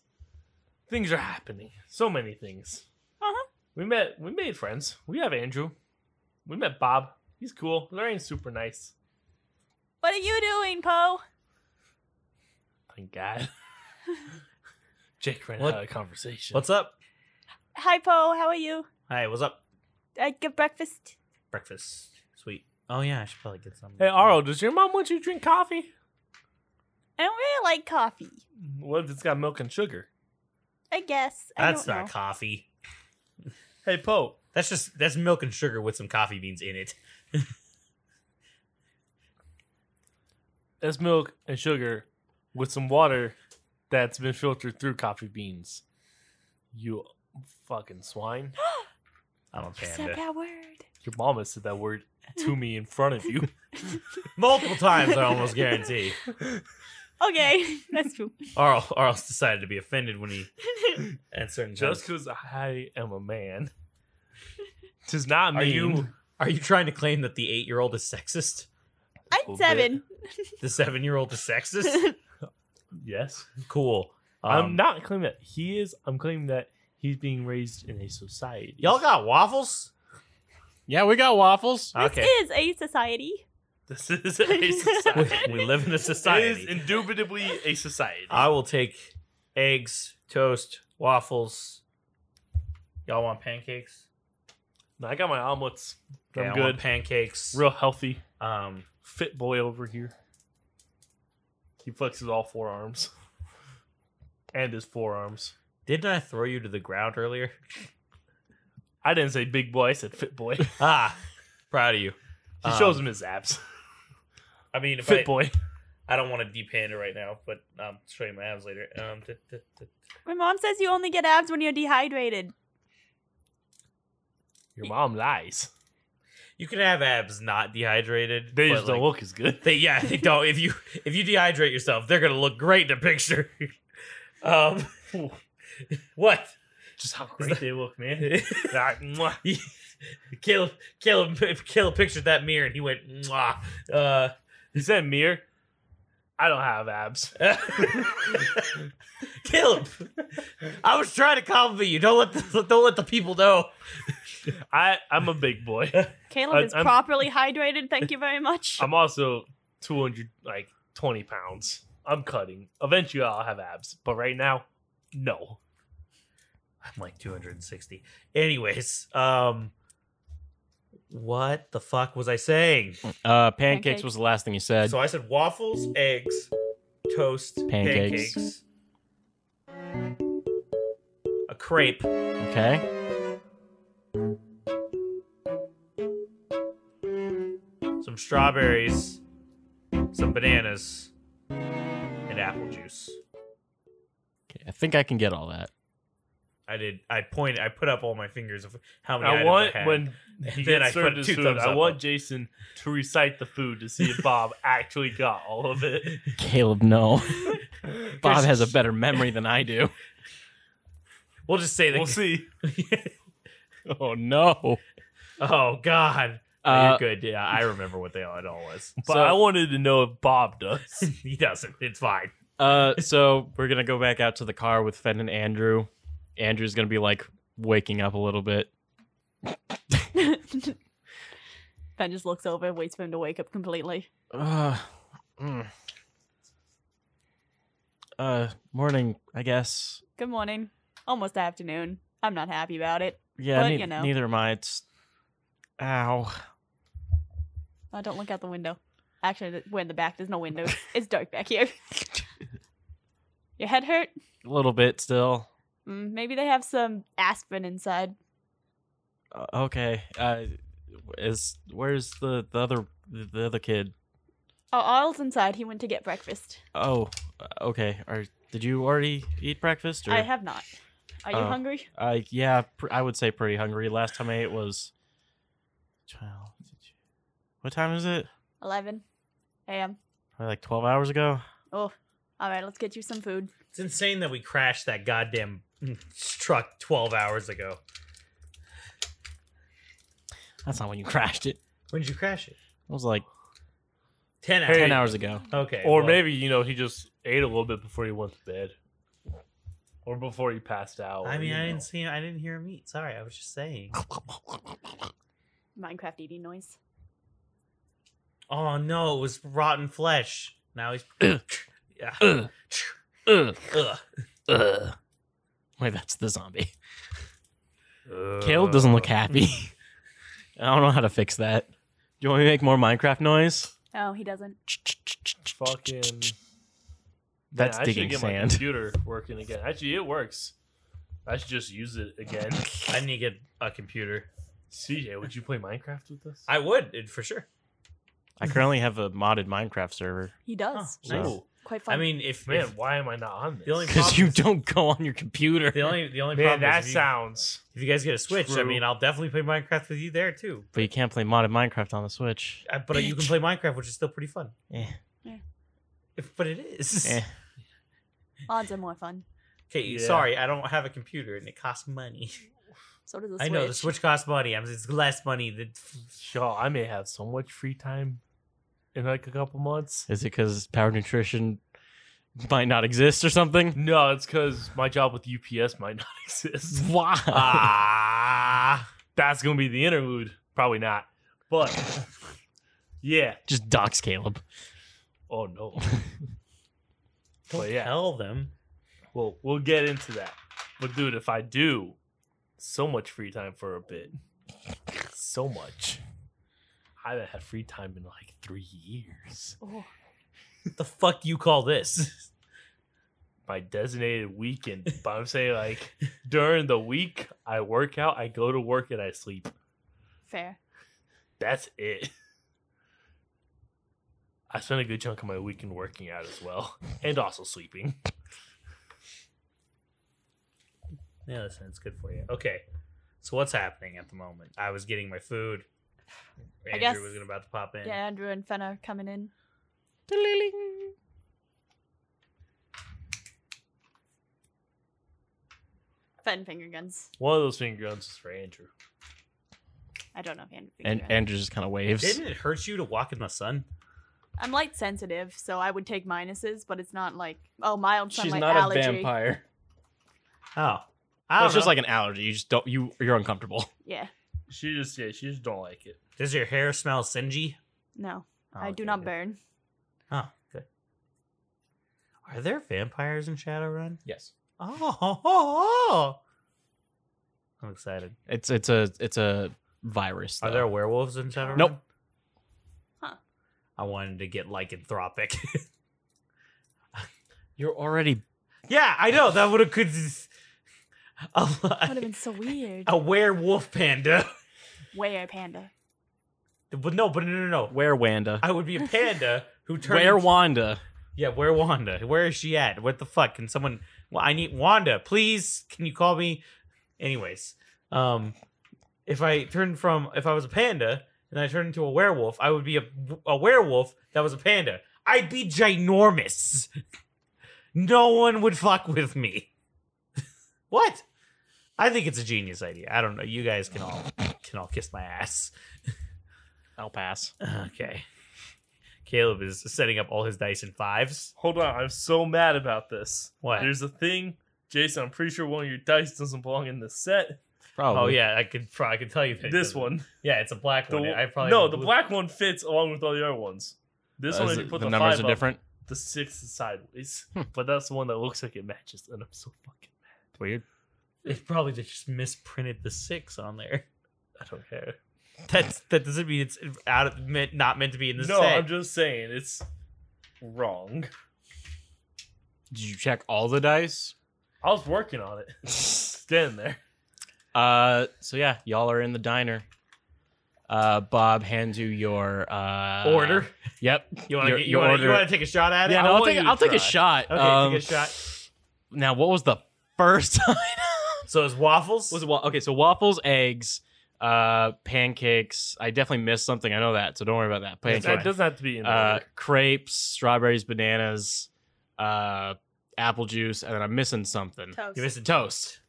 [SPEAKER 1] things are happening. So many things.
[SPEAKER 2] Uh-huh.
[SPEAKER 1] We met. We made friends. We have Andrew. We met Bob. He's cool. Lorraine's super nice.
[SPEAKER 2] What are you doing, Poe?
[SPEAKER 1] Thank
[SPEAKER 3] *laughs*
[SPEAKER 1] God. Jake ran
[SPEAKER 3] What-
[SPEAKER 1] out of conversation.
[SPEAKER 3] What's up?
[SPEAKER 2] Hi, Poe. How are you?
[SPEAKER 3] Hi, what's up?
[SPEAKER 2] I get breakfast.
[SPEAKER 3] Breakfast. Sweet. Oh yeah, I should probably get some.
[SPEAKER 1] hey, Arlo, does your mom want you to drink coffee?
[SPEAKER 2] I don't really like coffee.
[SPEAKER 1] What if it's got milk and sugar?
[SPEAKER 2] I guess. I
[SPEAKER 3] That's
[SPEAKER 2] don't
[SPEAKER 3] not
[SPEAKER 2] know.
[SPEAKER 3] coffee.
[SPEAKER 1] Hey, Pope.
[SPEAKER 3] That's just that's milk and sugar with some coffee beans in it.
[SPEAKER 1] That's milk and sugar with some water that's been filtered through coffee beans. You fucking *gasps* swine.
[SPEAKER 3] I don't
[SPEAKER 2] You said
[SPEAKER 3] care.
[SPEAKER 2] that word.
[SPEAKER 1] Your mom has said that word to me in front of *laughs* you.
[SPEAKER 3] Multiple times,
[SPEAKER 2] *laughs*
[SPEAKER 3] I almost guarantee. *laughs*
[SPEAKER 2] Okay, *laughs* that's true.
[SPEAKER 3] Arl, Arl's decided to be offended when he at certain
[SPEAKER 1] Just
[SPEAKER 3] times.
[SPEAKER 1] because I am a man *laughs* does not mean
[SPEAKER 3] Are you are you trying to claim that the eight year old is sexist?
[SPEAKER 1] Little
[SPEAKER 2] I'm
[SPEAKER 1] bit.
[SPEAKER 2] seven. *laughs*
[SPEAKER 3] The seven year old is
[SPEAKER 1] *laughs*
[SPEAKER 3] sexist?
[SPEAKER 1] Yes.
[SPEAKER 3] cool.
[SPEAKER 1] I'm
[SPEAKER 3] Um,
[SPEAKER 1] not claiming that he is. I'm claiming that he's being raised in a society.
[SPEAKER 3] y'all got waffles?
[SPEAKER 4] Yeah, we got waffles.
[SPEAKER 3] Okay.
[SPEAKER 2] This is a society.
[SPEAKER 1] This is
[SPEAKER 3] *laughs*
[SPEAKER 1] a society.
[SPEAKER 3] We, we live in
[SPEAKER 1] It
[SPEAKER 3] a
[SPEAKER 1] is
[SPEAKER 3] society.
[SPEAKER 1] indubitably a society.
[SPEAKER 3] I will take eggs, toast, waffles. Y'all want pancakes?
[SPEAKER 1] No, I got my omelets.
[SPEAKER 3] Okay,
[SPEAKER 1] I'm
[SPEAKER 3] I want
[SPEAKER 1] good.
[SPEAKER 3] pancakes.
[SPEAKER 1] Real healthy.
[SPEAKER 3] Um,
[SPEAKER 1] Fit boy over here. He flexes all four arms. And his forearms.
[SPEAKER 3] didn't I throw you to the ground earlier?
[SPEAKER 1] I didn't say big boy, I said fit boy. He
[SPEAKER 3] *laughs* Ah, proud of you. *laughs* Um,
[SPEAKER 1] shows him his abs.
[SPEAKER 3] I mean, if I,
[SPEAKER 1] Fit
[SPEAKER 3] *laughs*
[SPEAKER 1] boy.
[SPEAKER 3] I don't want to deep hand it right now, but I'll show you my abs later. Um, t- t- t-
[SPEAKER 2] My mom says you only get abs when you're dehydrated.
[SPEAKER 1] Your mom lies.
[SPEAKER 3] you can have abs not dehydrated.
[SPEAKER 1] They
[SPEAKER 3] but,
[SPEAKER 1] just don't
[SPEAKER 3] like,
[SPEAKER 1] look as good.
[SPEAKER 3] *laughs* They, yeah, they don't. If you if you dehydrate yourself, they're gonna look great in a picture. *laughs* um, what?
[SPEAKER 1] Just *laughs* how
[SPEAKER 3] that-
[SPEAKER 1] great they look, man.
[SPEAKER 3] *laughs*
[SPEAKER 1] Ah, mwah.
[SPEAKER 3] Caleb, Caleb, Caleb pictured that mirror and he went, Mwah. Uh,
[SPEAKER 1] He said
[SPEAKER 3] *laughs*
[SPEAKER 1] mirror. I don't have abs.
[SPEAKER 3] Caleb, I was trying to compliment you. Don't let the, don't let the people know.
[SPEAKER 1] I, I'm a big
[SPEAKER 3] *laughs*
[SPEAKER 1] boy.
[SPEAKER 2] Caleb
[SPEAKER 1] I-
[SPEAKER 2] is
[SPEAKER 1] I'm-
[SPEAKER 2] properly
[SPEAKER 1] *laughs*
[SPEAKER 2] hydrated. Thank you very much. *laughs*
[SPEAKER 1] I'm also 200, like 20 pounds. I'm cutting. Eventually, I'll have abs, but right now, no.
[SPEAKER 3] I'm like 260. Anyways, um, what the fuck was I saying?
[SPEAKER 4] Uh, pancakes,
[SPEAKER 2] Pancakes.
[SPEAKER 4] was the last thing you said.
[SPEAKER 3] So I said waffles, eggs, toast,
[SPEAKER 4] Pancakes.
[SPEAKER 3] pancakes a crepe.
[SPEAKER 4] okay.
[SPEAKER 3] some strawberries, some bananas, and apple juice.
[SPEAKER 4] okay. I think I can get all that.
[SPEAKER 3] I did. I point. I put up all my fingers of how many.
[SPEAKER 1] I
[SPEAKER 3] items
[SPEAKER 1] want
[SPEAKER 3] I had. *laughs*
[SPEAKER 1] when he
[SPEAKER 3] And then I
[SPEAKER 1] gets served
[SPEAKER 3] put
[SPEAKER 1] his
[SPEAKER 3] two
[SPEAKER 1] food.
[SPEAKER 3] thumbs
[SPEAKER 1] I
[SPEAKER 3] up.
[SPEAKER 1] want Jason to recite the food to see
[SPEAKER 3] *laughs*
[SPEAKER 1] if Bob actually got all of it.
[SPEAKER 4] Caleb, no. Bob
[SPEAKER 3] Just-
[SPEAKER 4] has a better memory than I do.
[SPEAKER 3] We'll just say that.
[SPEAKER 1] We'll see.
[SPEAKER 4] *laughs* Oh no.
[SPEAKER 3] *laughs* oh God. Oh,
[SPEAKER 4] Uh,
[SPEAKER 3] you're good. Yeah, I remember what they all it all was.
[SPEAKER 1] But
[SPEAKER 4] So-
[SPEAKER 1] I wanted to know if Bob does.
[SPEAKER 3] *laughs* he doesn't. It's fine.
[SPEAKER 4] Uh, *laughs* so we're gonna go back out to the car with Fenn and Andrew. Andrew's gonna be like waking up a little bit.
[SPEAKER 2] ben just looks over and waits for him to wake up completely.
[SPEAKER 4] Uh, mm. uh, morning, I guess.
[SPEAKER 2] Good morning. Almost afternoon. I'm not happy about it.
[SPEAKER 4] Yeah,
[SPEAKER 2] But,
[SPEAKER 4] nei-
[SPEAKER 2] you know.
[SPEAKER 4] neither am I. It's ow.
[SPEAKER 2] I don't look out the window. Actually, we're in the back. There's
[SPEAKER 1] *laughs*
[SPEAKER 2] no windows. It's dark back here. Your head hurt?
[SPEAKER 4] A little bit still.
[SPEAKER 2] Mm, maybe they have some aspirin inside.
[SPEAKER 4] Uh, okay. Uh, is where's the the other the other kid?
[SPEAKER 2] Oh, Arl's inside. He went to get breakfast.
[SPEAKER 4] Oh, uh, okay. Are did you already eat breakfast? Or?
[SPEAKER 2] I have not. Are you
[SPEAKER 4] Oh.
[SPEAKER 2] hungry?
[SPEAKER 4] Uh, yeah, pr- I would say pretty hungry. Last time I ate was twelve. What time is it?
[SPEAKER 2] 11 a.m.
[SPEAKER 4] Probably like twelve hours ago.
[SPEAKER 2] Oh, all right. Let's get you some food.
[SPEAKER 3] It's insane that we crashed that goddamn mm, truck 12 hours ago.
[SPEAKER 4] That's not when you crashed it.
[SPEAKER 3] When did you crash it?
[SPEAKER 4] It was like
[SPEAKER 3] 10 hours.
[SPEAKER 1] Hey.
[SPEAKER 4] ten hours ago.
[SPEAKER 3] Okay.
[SPEAKER 1] Or
[SPEAKER 3] well,
[SPEAKER 1] maybe, you know, he just ate a little bit before he went to bed. Or before he passed out.
[SPEAKER 3] I mean,
[SPEAKER 1] you
[SPEAKER 3] I
[SPEAKER 1] know.
[SPEAKER 3] didn't see. I didn't hear him eat. Sorry, I was just saying.
[SPEAKER 2] Minecraft eating noise.
[SPEAKER 3] Oh no, it was rotten flesh. Now he's. *coughs* yeah. *coughs*
[SPEAKER 4] Ugh, ugh,
[SPEAKER 3] Ugh.
[SPEAKER 4] ugh. *laughs* Wait, that's the zombie. Caleb doesn't look happy. *laughs* I don't know how to fix that. Do you want me to make more Minecraft noise?
[SPEAKER 2] Oh, he doesn't.
[SPEAKER 1] Fucking. Man,
[SPEAKER 4] That's
[SPEAKER 1] I should
[SPEAKER 4] digging
[SPEAKER 1] get My
[SPEAKER 4] sand.
[SPEAKER 1] computer working again. Actually, it works. I should just use it
[SPEAKER 3] *laughs*
[SPEAKER 1] again.
[SPEAKER 3] I need to get a computer.
[SPEAKER 1] CJ, would you play Minecraft with us?
[SPEAKER 3] I would it, for sure.
[SPEAKER 4] *laughs* I currently have a modded Minecraft *laughs* server
[SPEAKER 2] He does.
[SPEAKER 3] Oh, nice.
[SPEAKER 1] Ooh.
[SPEAKER 2] Quite fun.
[SPEAKER 3] I mean, if,
[SPEAKER 1] Man,
[SPEAKER 3] if
[SPEAKER 1] why am I not on this?
[SPEAKER 3] The only
[SPEAKER 4] because you don't go on your computer.
[SPEAKER 3] the only the only
[SPEAKER 1] Man,
[SPEAKER 3] problem
[SPEAKER 1] that
[SPEAKER 3] is if you,
[SPEAKER 1] sounds.
[SPEAKER 3] if you guys get a Switch, I
[SPEAKER 1] True.
[SPEAKER 3] mean, I'll definitely play Minecraft with you there too.
[SPEAKER 4] But you can't play modded Minecraft on the Switch.
[SPEAKER 3] Uh, But you can
[SPEAKER 4] Bitch.
[SPEAKER 3] play Minecraft, which is still pretty fun.
[SPEAKER 4] Eh,
[SPEAKER 3] If, but it is.
[SPEAKER 4] eh.
[SPEAKER 2] mods are more fun.
[SPEAKER 3] *laughs* Okay,
[SPEAKER 1] Yeah.
[SPEAKER 3] sorry, I don't have a computer and it costs money.
[SPEAKER 2] So does the
[SPEAKER 3] *laughs* I
[SPEAKER 2] Switch.
[SPEAKER 3] know the Switch costs money. I'm it's less money than
[SPEAKER 1] Y'all, I may have so much free time in like a couple months.
[SPEAKER 4] Is it because Power Nutrition might not exist
[SPEAKER 1] *laughs*
[SPEAKER 4] or something?
[SPEAKER 1] No, it's because my job with UPS might *laughs* not exist.
[SPEAKER 4] Why?
[SPEAKER 3] *laughs* ah.
[SPEAKER 1] That's gonna be the interlude. Probably not. But yeah.
[SPEAKER 4] Just dox Caleb.
[SPEAKER 1] Oh no.
[SPEAKER 3] Don't
[SPEAKER 1] But yeah.
[SPEAKER 3] tell them.
[SPEAKER 1] Well, we'll get into that. But dude, if I do, so much free time for a bit. So much. I haven't had free time in like three years.
[SPEAKER 2] Oh,
[SPEAKER 3] What the fuck you call this? *laughs*
[SPEAKER 1] My designated weekend. But I'm saying like during the week, I work out, I go to work, and I sleep.
[SPEAKER 2] fair.
[SPEAKER 1] That's it. I spent a good chunk of my weekend working out as well, and also sleeping.
[SPEAKER 3] Yeah, listen, it's good for you. Okay, so what's happening at the moment? I was getting my food. Andrew
[SPEAKER 2] guess-
[SPEAKER 3] was gonna about to pop in.
[SPEAKER 2] Yeah, Andrew and Fenna are coming in. Fen finger guns.
[SPEAKER 1] One of those finger guns is for Andrew.
[SPEAKER 2] I don't know if Andrew.
[SPEAKER 4] And
[SPEAKER 2] finger guns.
[SPEAKER 4] Andrew just kind of waves.
[SPEAKER 3] Didn't it hurt you to walk in the sun?
[SPEAKER 2] I'm light sensitive, so I would take minuses, but it's not like oh mild sunlight allergy.
[SPEAKER 3] Oh, I
[SPEAKER 4] Well,
[SPEAKER 3] don't
[SPEAKER 4] it's just
[SPEAKER 3] know.
[SPEAKER 4] like an allergy. You just don't. You you're uncomfortable.
[SPEAKER 2] Yeah,
[SPEAKER 1] She just yeah, she just don't like it.
[SPEAKER 3] Does your hair smell singy?
[SPEAKER 2] no,
[SPEAKER 3] Oh,
[SPEAKER 2] I do
[SPEAKER 3] okay,
[SPEAKER 2] not
[SPEAKER 3] good. *laughs*
[SPEAKER 2] burn.
[SPEAKER 3] Oh, good. Are there vampires in Shadowrun?
[SPEAKER 4] Yes.
[SPEAKER 3] Oh, *laughs* I'm excited.
[SPEAKER 4] It's it's a it's a virus.
[SPEAKER 3] Are
[SPEAKER 4] though.
[SPEAKER 3] there werewolves in Shadowrun?
[SPEAKER 4] Nope.
[SPEAKER 2] Huh.
[SPEAKER 3] I wanted to get lycanthropic. *laughs*
[SPEAKER 4] You're already.
[SPEAKER 3] yeah, I know that would have could. *laughs* A,
[SPEAKER 2] That would have
[SPEAKER 3] li-
[SPEAKER 2] been so weird.
[SPEAKER 3] a werewolf panda. *laughs*
[SPEAKER 2] Where panda?
[SPEAKER 3] But no, but no, no, no.
[SPEAKER 4] Where Wanda?
[SPEAKER 3] I would be a panda who turned.
[SPEAKER 4] Where Wanda?
[SPEAKER 3] Yeah, where Wanda? Where is she at? What the fuck? Can someone? Well, I need Wanda, please. Can you call me? Anyways, um, if I turned from if I was a panda and I turned into a werewolf, I would be a, a werewolf that was a panda. I'd be ginormous. No one would fuck with me. *laughs* what? I think it's a genius idea. I don't know. You guys can all can all kiss my ass.
[SPEAKER 4] I'll pass.
[SPEAKER 3] Okay. Caleb is setting up all his dice in fives.
[SPEAKER 1] Hold on, I'm so mad about this.
[SPEAKER 3] What?
[SPEAKER 1] There's a thing, Jason. I'm pretty sure one of your dice doesn't belong in this set.
[SPEAKER 4] Probably.
[SPEAKER 3] Oh yeah, I could probably I could tell you that it
[SPEAKER 1] This
[SPEAKER 3] doesn't.
[SPEAKER 1] one,
[SPEAKER 3] Yeah, it's a black
[SPEAKER 1] the,
[SPEAKER 3] one. I probably
[SPEAKER 1] no,
[SPEAKER 3] have
[SPEAKER 1] the
[SPEAKER 3] blue-
[SPEAKER 1] black one fits along with all the other ones. This
[SPEAKER 4] Uh,
[SPEAKER 1] one,
[SPEAKER 4] is
[SPEAKER 1] if you
[SPEAKER 4] it-
[SPEAKER 1] put
[SPEAKER 4] the
[SPEAKER 1] the,
[SPEAKER 4] numbers
[SPEAKER 1] five
[SPEAKER 4] are
[SPEAKER 1] up,
[SPEAKER 4] different.
[SPEAKER 1] the six is sideways, but that's the one that looks like it matches, and I'm so fucking.
[SPEAKER 4] Weird.
[SPEAKER 3] It probably just misprinted the six on there. *laughs*
[SPEAKER 1] I don't care.
[SPEAKER 3] That's that doesn't mean it's out of meant not meant to be in the
[SPEAKER 1] No,
[SPEAKER 3] set.
[SPEAKER 1] I'm just saying it's wrong.
[SPEAKER 4] Did you check all the dice?
[SPEAKER 1] I was working on it. Stand there.
[SPEAKER 4] Uh, so yeah, y'all are in the diner. Uh, Bob hands you your uh,
[SPEAKER 1] Order.
[SPEAKER 4] Yep.
[SPEAKER 3] you want
[SPEAKER 4] your-
[SPEAKER 3] to you
[SPEAKER 4] your
[SPEAKER 3] want
[SPEAKER 4] order-
[SPEAKER 3] to take a shot at it?
[SPEAKER 4] Yeah,
[SPEAKER 1] I
[SPEAKER 4] no, I'll
[SPEAKER 1] want
[SPEAKER 4] take
[SPEAKER 1] you to
[SPEAKER 4] I'll take
[SPEAKER 1] try.
[SPEAKER 4] a shot.
[SPEAKER 3] Okay,
[SPEAKER 4] Um,
[SPEAKER 3] take a shot.
[SPEAKER 4] Now, what was the first *laughs* item?
[SPEAKER 3] So it's waffles.
[SPEAKER 4] was wa- okay. So waffles, eggs, uh, pancakes. I definitely missed something. I know that, so don't worry about that.
[SPEAKER 3] That's
[SPEAKER 4] Pancakes.
[SPEAKER 3] fine.
[SPEAKER 1] That doesn't have to be in
[SPEAKER 4] uh,
[SPEAKER 1] order.
[SPEAKER 4] crepes, strawberries, bananas, uh, apple juice, and then I'm missing something.
[SPEAKER 2] Toast.
[SPEAKER 3] you missed a
[SPEAKER 4] Toast.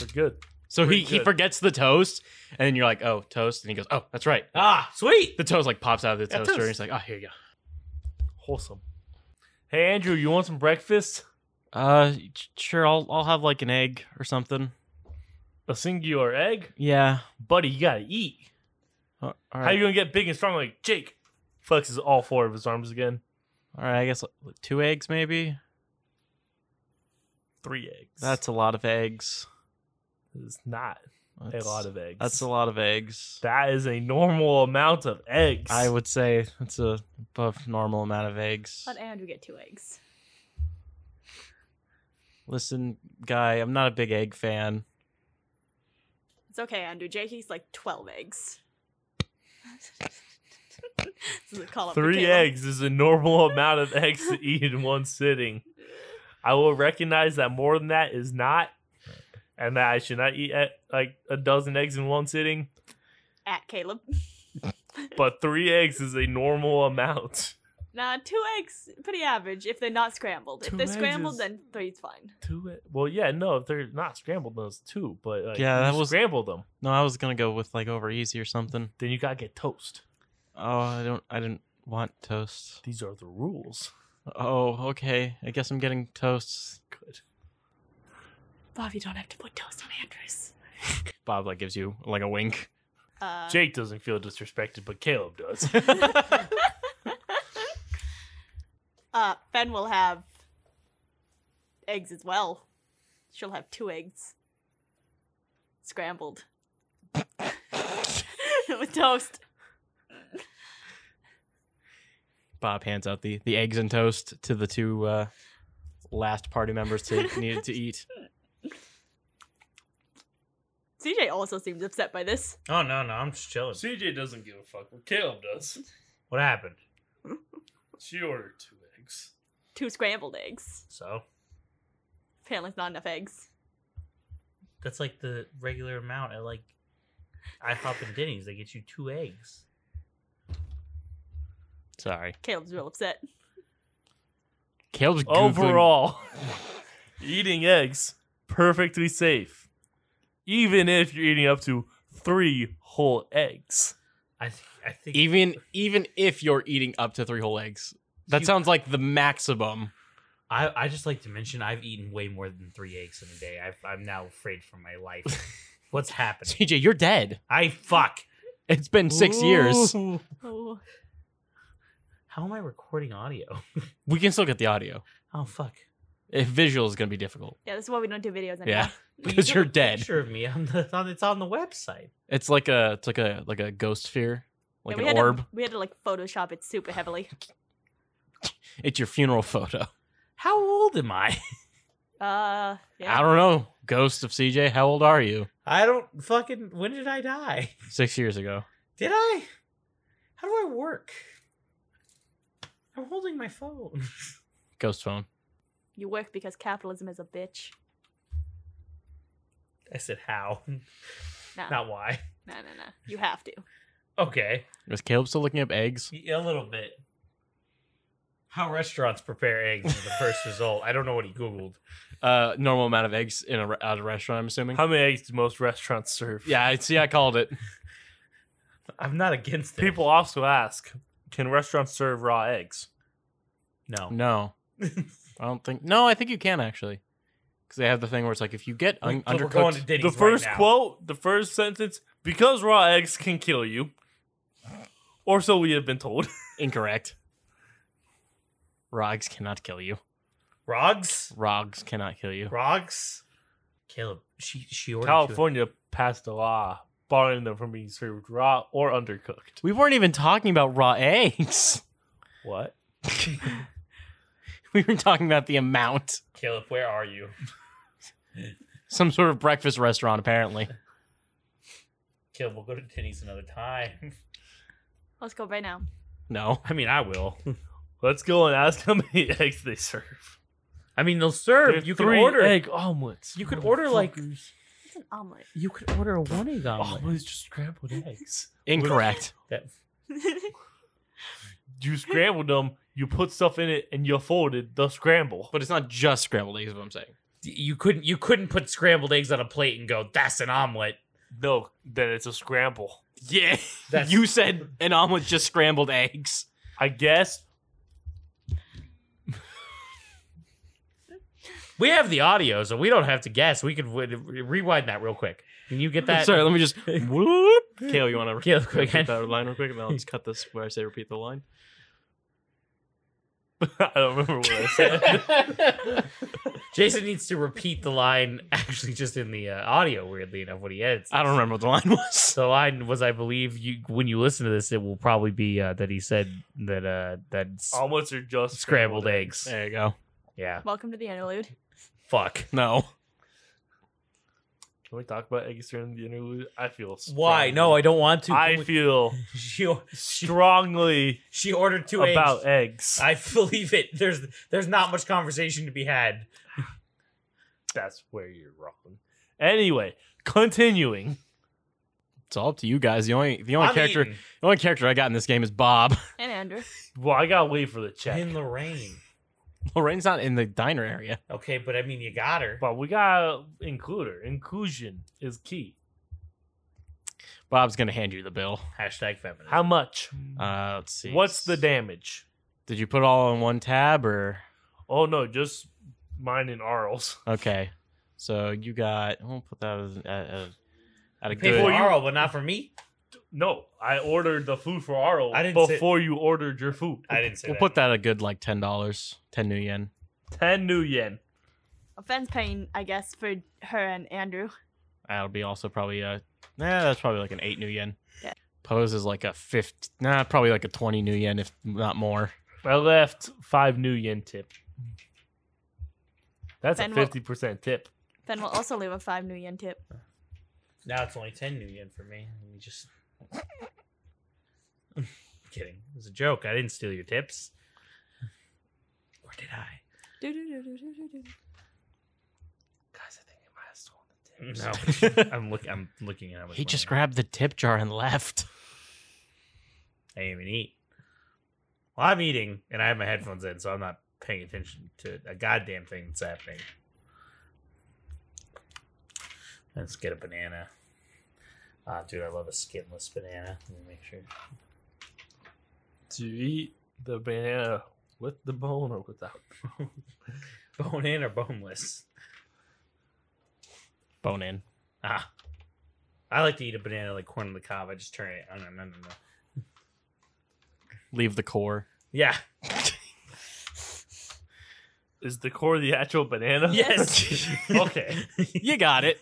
[SPEAKER 1] We're good.
[SPEAKER 4] So he,
[SPEAKER 1] Pretty
[SPEAKER 4] he
[SPEAKER 1] good.
[SPEAKER 4] forgets the toast, and then you're like, oh, toast. And he goes, oh, that's right.
[SPEAKER 3] Ah,
[SPEAKER 4] *laughs*
[SPEAKER 3] sweet.
[SPEAKER 4] The toast like pops out of the
[SPEAKER 3] Yeah,
[SPEAKER 4] toaster, and he's
[SPEAKER 3] toast.
[SPEAKER 1] Ah,
[SPEAKER 4] like, oh, here you
[SPEAKER 1] Wholesome. Hey Andrew, you want some breakfast?
[SPEAKER 4] go. Uh, sure, I'll, I'll have like an egg or something.
[SPEAKER 1] A singular egg,
[SPEAKER 4] Yeah. Uh,
[SPEAKER 1] buddy. You gotta eat.
[SPEAKER 4] All
[SPEAKER 1] How you
[SPEAKER 4] right.
[SPEAKER 1] gonna get big and strong like Jake? Flexes all four of his arms again.
[SPEAKER 4] All right. I guess like, two eggs maybe.
[SPEAKER 1] Three eggs.
[SPEAKER 4] That's a lot of eggs.
[SPEAKER 1] it's not
[SPEAKER 4] That's,
[SPEAKER 1] a lot of eggs.
[SPEAKER 4] That's a lot of eggs.
[SPEAKER 1] That is a normal amount of eggs.
[SPEAKER 4] I would say that's a above normal amount of eggs.
[SPEAKER 2] Let Andrew get two eggs.
[SPEAKER 4] Listen, guy, I'm not a big egg fan.
[SPEAKER 2] It's okay, Andrew. JK's like 12 eggs. This is a call-up for
[SPEAKER 1] Three
[SPEAKER 2] Caleb.
[SPEAKER 1] eggs is a normal amount of eggs to eat in one sitting. I will recognize that more than that is not, and that I should not eat eh, like a dozen eggs in one sitting.
[SPEAKER 2] At Caleb.
[SPEAKER 1] But three eggs is a normal amount.
[SPEAKER 2] Nah, two eggs, pretty average if they're not scrambled.
[SPEAKER 1] Two
[SPEAKER 2] if they're
[SPEAKER 1] eggs
[SPEAKER 2] scrambled,
[SPEAKER 1] is-
[SPEAKER 2] then three's fine.
[SPEAKER 1] Two. e- Well, yeah, no, if they're not scrambled, those two. But like,
[SPEAKER 4] Yeah,
[SPEAKER 1] you
[SPEAKER 4] that was-
[SPEAKER 1] scramble them.
[SPEAKER 4] No, I was gonna go with like over easy or something.
[SPEAKER 1] Then you gotta get toast.
[SPEAKER 4] Oh, I don't, I didn't want toast.
[SPEAKER 1] These are the rules.
[SPEAKER 4] Oh, okay. I guess I'm getting toast.
[SPEAKER 1] Good.
[SPEAKER 2] Bob, you don't have to put toast on Andrew's.
[SPEAKER 4] Bob like gives you like a wink.
[SPEAKER 2] Uh,
[SPEAKER 1] Jake doesn't feel disrespected, but Caleb does. *laughs*
[SPEAKER 2] uh, Fen will have eggs as well. She'll have two eggs. Scrambled. *laughs* With toast.
[SPEAKER 4] Bob hands out the the eggs and toast to the two uh, last party members to needed to eat.
[SPEAKER 2] CJ also seems upset by this.
[SPEAKER 3] Oh no, no, I'm just chilling.
[SPEAKER 1] CJ doesn't give a fuck, but Caleb does.
[SPEAKER 3] What happened?
[SPEAKER 1] She ordered two eggs.
[SPEAKER 2] Two scrambled eggs.
[SPEAKER 3] So
[SPEAKER 2] Apparently, it's not enough eggs.
[SPEAKER 3] that's like the regular amount at like IHOP and Denny's. They get you two eggs.
[SPEAKER 4] Sorry.
[SPEAKER 2] Caleb's real upset.
[SPEAKER 4] Caleb's googling-
[SPEAKER 1] Overall, *laughs* eating eggs perfectly safe, even if you're eating up to three whole eggs.
[SPEAKER 3] I th- I think
[SPEAKER 4] Even even if you're eating up to three whole eggs, that
[SPEAKER 3] You-
[SPEAKER 4] sounds like the *laughs* maximum.
[SPEAKER 3] I I just like to mention I've eaten way more than three eggs in a day. I've, I'm now afraid for my
[SPEAKER 4] *laughs*
[SPEAKER 3] life. What's happening?
[SPEAKER 4] CJ, you're dead.
[SPEAKER 3] I fuck.
[SPEAKER 4] It's been six years.
[SPEAKER 1] Ooh.
[SPEAKER 2] *laughs* Oh.
[SPEAKER 3] How am I recording audio?
[SPEAKER 4] We can still get the audio.
[SPEAKER 3] Oh fuck.
[SPEAKER 4] If visual is going to be difficult.
[SPEAKER 2] Yeah, this is why we don't do videos anymore.
[SPEAKER 4] Yeah.
[SPEAKER 3] But you
[SPEAKER 4] Because
[SPEAKER 3] took
[SPEAKER 4] you're
[SPEAKER 3] a
[SPEAKER 4] dead.
[SPEAKER 3] Picture of me. On the, it's on, it's on the website.
[SPEAKER 4] It's like a it's like a like a ghost sphere, like
[SPEAKER 2] Yeah, we
[SPEAKER 4] an
[SPEAKER 2] had
[SPEAKER 4] orb.
[SPEAKER 2] To, we had to like Photoshop it super
[SPEAKER 4] *laughs*
[SPEAKER 2] heavily.
[SPEAKER 4] It's your funeral photo.
[SPEAKER 3] How old am I? *laughs*
[SPEAKER 2] Uh,
[SPEAKER 4] I
[SPEAKER 2] yeah.
[SPEAKER 4] don't know. Ghost of CJ, how old are you?
[SPEAKER 3] I don't fucking. When did I die?
[SPEAKER 4] 6 years ago.
[SPEAKER 3] Did I? How do I work? I'm holding my phone. *laughs*
[SPEAKER 4] Ghost phone.
[SPEAKER 2] You work because capitalism is a bitch.
[SPEAKER 3] I said how,
[SPEAKER 2] No, no,
[SPEAKER 3] not why. *laughs*
[SPEAKER 2] no, no. You have to.
[SPEAKER 3] Okay,
[SPEAKER 4] Is Caleb still looking up eggs?
[SPEAKER 3] a little bit. How restaurants prepare eggs is the first result. I don't know what he googled.
[SPEAKER 4] Uh normal amount of eggs in a re- at a restaurant, I'm assuming.
[SPEAKER 1] How many eggs do most restaurants serve?
[SPEAKER 4] yeah, I see I called it.
[SPEAKER 3] I'm not against it.
[SPEAKER 1] People also ask can restaurants serve raw eggs?
[SPEAKER 3] no.
[SPEAKER 4] No.
[SPEAKER 3] *laughs*
[SPEAKER 4] I don't think No, I think you can actually. Cuz they have the thing where it's like if you get un-
[SPEAKER 3] So we're going to
[SPEAKER 4] *laughs* undercooked
[SPEAKER 3] Denny's
[SPEAKER 1] the
[SPEAKER 3] right
[SPEAKER 1] first
[SPEAKER 3] now.
[SPEAKER 1] quote, the first sentence because raw eggs can kill you. Or so we have been told.
[SPEAKER 4] incorrect. Rogs cannot kill you.
[SPEAKER 3] Rogs.
[SPEAKER 4] Rogs cannot kill you.
[SPEAKER 3] Rogs. Caleb. She she ordered. you a-
[SPEAKER 1] California passed a law barring them from being served raw or undercooked.
[SPEAKER 4] We weren't even talking about raw *laughs* eggs.
[SPEAKER 1] What?
[SPEAKER 4] we were talking about the amount.
[SPEAKER 3] Caleb, where are you? *laughs*
[SPEAKER 4] Some sort of breakfast restaurant, apparently.
[SPEAKER 3] Caleb, we'll go to Denny's another time. *laughs*
[SPEAKER 2] Let's go right now.
[SPEAKER 4] No.
[SPEAKER 3] I mean, I will.
[SPEAKER 1] Let's go and ask how many *laughs* eggs they serve.
[SPEAKER 3] I mean, they'll serve.
[SPEAKER 1] They're
[SPEAKER 3] you can
[SPEAKER 1] three
[SPEAKER 3] order.
[SPEAKER 1] egg omelets.
[SPEAKER 3] You could order, like-
[SPEAKER 1] Motherfuckers.
[SPEAKER 2] It's an omelet. *laughs*
[SPEAKER 3] You could order a one egg omelet.
[SPEAKER 1] omelets, just
[SPEAKER 3] *laughs*
[SPEAKER 1] scrambled eggs.
[SPEAKER 4] Incorrect.
[SPEAKER 3] That-
[SPEAKER 1] You scrambled them. You put stuff in it, and you folded the scramble.
[SPEAKER 4] But it's not just scrambled eggs, is what I'm saying.
[SPEAKER 3] you couldn't. You couldn't put scrambled eggs on a plate and go, "That's an omelet."
[SPEAKER 1] No, then it's a scramble.
[SPEAKER 4] Yeah.
[SPEAKER 3] That's
[SPEAKER 4] *laughs* You said an omelet just scrambled eggs.
[SPEAKER 1] I guess.
[SPEAKER 3] We have the audio, so we don't have to guess. We could w- re- rewind that real quick. Can you get that? *laughs*
[SPEAKER 4] Sorry, let me *laughs* just. Whoop. Kale, you want to
[SPEAKER 3] Caleb, go again.
[SPEAKER 4] that line real quick? And then I'll just cut this where I say repeat the line.
[SPEAKER 1] *laughs* I don't remember what I
[SPEAKER 3] *laughs*
[SPEAKER 1] said.
[SPEAKER 3] Jason needs to repeat the line, *laughs* actually, just in the uh, audio. Weirdly enough, when he edits,
[SPEAKER 4] I don't remember what the line *laughs* was.
[SPEAKER 3] The line was, I believe, you when you listen to this, it will probably be uh, that he said that uh, that s-
[SPEAKER 1] Omelets are just
[SPEAKER 3] scrambled eggs.
[SPEAKER 4] There you go.
[SPEAKER 3] Yeah,
[SPEAKER 2] Welcome to the interlude.
[SPEAKER 3] fuck. *laughs*
[SPEAKER 4] No.
[SPEAKER 1] Can we talk about eggs during the interlude? I feel
[SPEAKER 3] Why?
[SPEAKER 1] strongly-
[SPEAKER 3] No, I don't want to.
[SPEAKER 1] I
[SPEAKER 3] *laughs*
[SPEAKER 1] feel
[SPEAKER 3] she
[SPEAKER 1] strongly
[SPEAKER 3] she ordered two
[SPEAKER 1] about
[SPEAKER 3] eggs.
[SPEAKER 1] eggs.
[SPEAKER 3] *laughs* I believe it. There's there's not much conversation to be had.
[SPEAKER 1] That's where you're wrong. Anyway, continuing.
[SPEAKER 4] It's all up to you guys. The only the only
[SPEAKER 3] I'm
[SPEAKER 4] character
[SPEAKER 3] eating
[SPEAKER 4] the only character I got in this game is Bob. *laughs*
[SPEAKER 2] And Andrew.
[SPEAKER 1] Well, I gotta wait for the check,
[SPEAKER 3] in Lorraine.
[SPEAKER 4] Lorraine's not in the diner area.
[SPEAKER 3] Okay, but I mean, you got her.
[SPEAKER 1] but we gotta include her. Inclusion is key.
[SPEAKER 4] Bob's gonna hand you the bill.
[SPEAKER 3] Hashtag feminist.
[SPEAKER 1] How much?
[SPEAKER 4] Uh, let's see.
[SPEAKER 1] What's the damage?
[SPEAKER 4] Did you put it all in one tab or
[SPEAKER 1] Oh no, just mine and Arl's.
[SPEAKER 4] okay? So you got. I'll put that as, at, at, at a
[SPEAKER 3] Pay for
[SPEAKER 1] Before
[SPEAKER 4] good.
[SPEAKER 1] you-
[SPEAKER 3] Arl, but not for me.
[SPEAKER 1] No, I ordered the food for Arl
[SPEAKER 3] I didn't say-
[SPEAKER 1] before you ordered your food.
[SPEAKER 3] I didn't say
[SPEAKER 4] We'll
[SPEAKER 3] that.
[SPEAKER 4] put that at a good like ten dollars, ten new yen.
[SPEAKER 1] Ten new yen.
[SPEAKER 2] Offense paying, I guess, for her and Andrew.
[SPEAKER 4] That'll be also probably a. Nah, that's probably like an eight new yen.
[SPEAKER 2] Yeah.
[SPEAKER 4] Pose is like a fifty. Nah, probably like a twenty new yen, if not more.
[SPEAKER 1] I left five new yen tip. That's
[SPEAKER 2] Then
[SPEAKER 1] a
[SPEAKER 2] we'll-
[SPEAKER 1] fifty percent tip.
[SPEAKER 2] Then we'll also leave a five new yen tip.
[SPEAKER 3] Now it's only ten new yen for me. Let me just. *laughs* kidding. It was a joke. I didn't steal your tips. Or did
[SPEAKER 4] *laughs*
[SPEAKER 3] I?
[SPEAKER 2] Do-do-do-do-do-do-do.
[SPEAKER 1] Guys, I think I might have stolen the tip.
[SPEAKER 3] No. I'm looking. I'm looking at. how much
[SPEAKER 4] he just
[SPEAKER 3] money
[SPEAKER 4] grabbed the tip jar and *laughs* left.
[SPEAKER 3] I didn't even eat. Well, I'm eating, and I have my headphones in, so I'm not paying attention to a goddamn thing that's happening. Let's get a banana. Ah, dude, I love a skinless banana. Let me make sure.
[SPEAKER 1] Do you eat the banana with the bone or without?
[SPEAKER 3] *laughs* Bone in or boneless?
[SPEAKER 4] Bone in.
[SPEAKER 3] Ah. I like to eat a banana like corn on the cob. I just turn it. No, no, no, no.
[SPEAKER 4] Leave the *laughs* core.
[SPEAKER 3] Yeah.
[SPEAKER 1] Is the core the actual banana?
[SPEAKER 4] *laughs*
[SPEAKER 3] Yes.
[SPEAKER 1] okay.
[SPEAKER 4] You got it.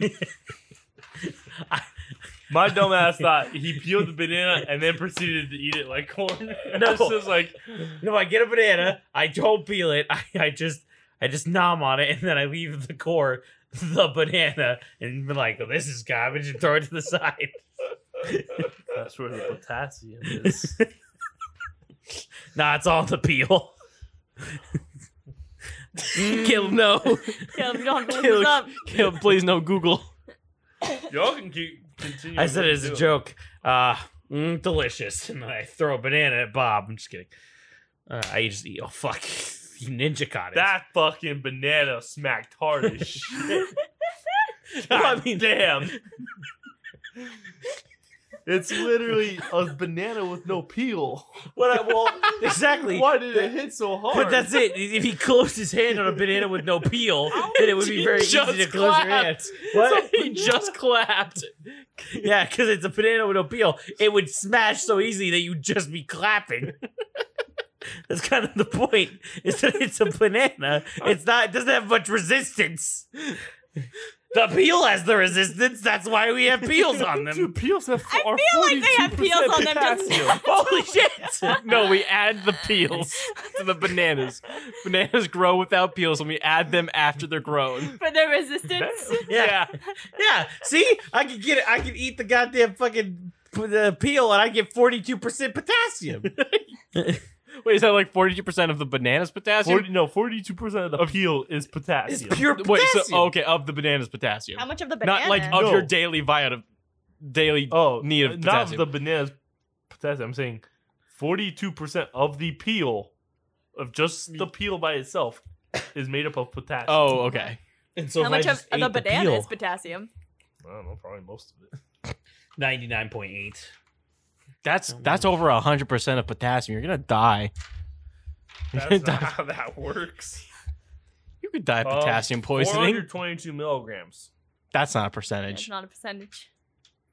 [SPEAKER 1] My dumbass thought he peeled the banana and then proceeded to eat it like
[SPEAKER 2] *laughs*
[SPEAKER 1] corn. And I was
[SPEAKER 3] No.
[SPEAKER 1] just like,
[SPEAKER 3] *laughs* No, I get a banana. I don't peel it. *laughs* I, I just I just nom on it, and then I leave the core, the banana, and be like, well, "This is garbage," and throw it to the side. *laughs*
[SPEAKER 1] that's where the *laughs* potassium is.
[SPEAKER 3] nah, it's all the peel. *laughs*
[SPEAKER 4] Kill no.
[SPEAKER 2] Caleb, you don't have to look
[SPEAKER 4] Caleb-
[SPEAKER 2] this up.
[SPEAKER 4] Kill. Please no Google.
[SPEAKER 1] Y'all can keep continuing.
[SPEAKER 3] I said
[SPEAKER 1] what
[SPEAKER 3] it as
[SPEAKER 1] you're
[SPEAKER 3] a
[SPEAKER 1] doing.
[SPEAKER 3] joke. Uh, mm, delicious. *laughs* And then I throw a banana at Bob. I'm just kidding. Uh, I just eat. Oh fuck! *laughs* You ninja caught it.
[SPEAKER 1] That fucking banana smacked hard
[SPEAKER 3] *laughs*
[SPEAKER 1] as shit.
[SPEAKER 3] Well, *laughs* I
[SPEAKER 1] God damn. It's literally a banana with no peel.
[SPEAKER 3] *laughs* what I
[SPEAKER 1] *laughs*
[SPEAKER 3] well exactly.
[SPEAKER 1] Why did it hit so hard?
[SPEAKER 3] But that's it. If he closed his hand on a banana with no peel, then it would be very easy
[SPEAKER 4] Just
[SPEAKER 3] to close your hand. What?
[SPEAKER 4] He just clapped.
[SPEAKER 3] yeah, because it's a banana with no peel. It would smash so easy that you'd just be clapping. *laughs* That's kind of the point. Is that it's a banana. It's not. It doesn't have much resistance. The peel has the resistance. That's why we have peels on them. *laughs*
[SPEAKER 1] Dude, peels have.
[SPEAKER 2] I
[SPEAKER 1] are
[SPEAKER 2] feel like they have
[SPEAKER 1] 42%
[SPEAKER 2] peels on them, doesn't
[SPEAKER 1] potassium.
[SPEAKER 2] *laughs* they?
[SPEAKER 4] Holy
[SPEAKER 3] *laughs*
[SPEAKER 4] shit! *laughs* No, we add the peels to the bananas. Bananas grow without peels, and we add them after they're grown.
[SPEAKER 2] For their *laughs* resistance.
[SPEAKER 4] Yeah.
[SPEAKER 3] *laughs* yeah. See, I could get it. I could eat the goddamn fucking p- the peel, and I get forty-two percent potassium.
[SPEAKER 4] Wait, is that like forty-two percent of the bananas potassium?
[SPEAKER 1] 40, no, forty-two percent of the peel is
[SPEAKER 3] It's
[SPEAKER 1] potassium.
[SPEAKER 3] pure potassium.
[SPEAKER 4] Wait, so okay, of the bananas potassium,
[SPEAKER 2] How much of the banana?
[SPEAKER 4] not like of
[SPEAKER 1] No.
[SPEAKER 4] your daily diet of daily.
[SPEAKER 1] oh,
[SPEAKER 4] Need of
[SPEAKER 1] not
[SPEAKER 4] potassium.
[SPEAKER 1] the bananas potassium. I'm saying forty-two percent of the peel, of just the peel by itself, is made up of potassium.
[SPEAKER 4] Oh, okay.
[SPEAKER 3] And so
[SPEAKER 2] How
[SPEAKER 3] if
[SPEAKER 2] much
[SPEAKER 3] I
[SPEAKER 2] of
[SPEAKER 3] just
[SPEAKER 2] the
[SPEAKER 3] ate
[SPEAKER 2] banana
[SPEAKER 3] peel,
[SPEAKER 2] is potassium?
[SPEAKER 1] I don't know, probably most of
[SPEAKER 4] *laughs*
[SPEAKER 1] it.
[SPEAKER 3] Ninety-nine point eight.
[SPEAKER 4] That's that's over hundred percent of potassium. You're gonna die. You're gonna
[SPEAKER 1] That's not
[SPEAKER 4] die.
[SPEAKER 1] how that works.
[SPEAKER 4] *laughs* You could die of
[SPEAKER 1] Um,
[SPEAKER 4] potassium poisoning.
[SPEAKER 1] 422 milligrams.
[SPEAKER 4] That's not a
[SPEAKER 2] That's
[SPEAKER 4] percentage.
[SPEAKER 2] not a percentage.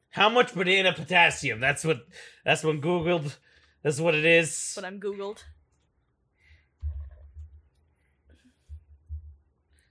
[SPEAKER 3] How much banana potassium? That's what. That's what Googled. That's what it is.
[SPEAKER 2] That's what I'm Googled.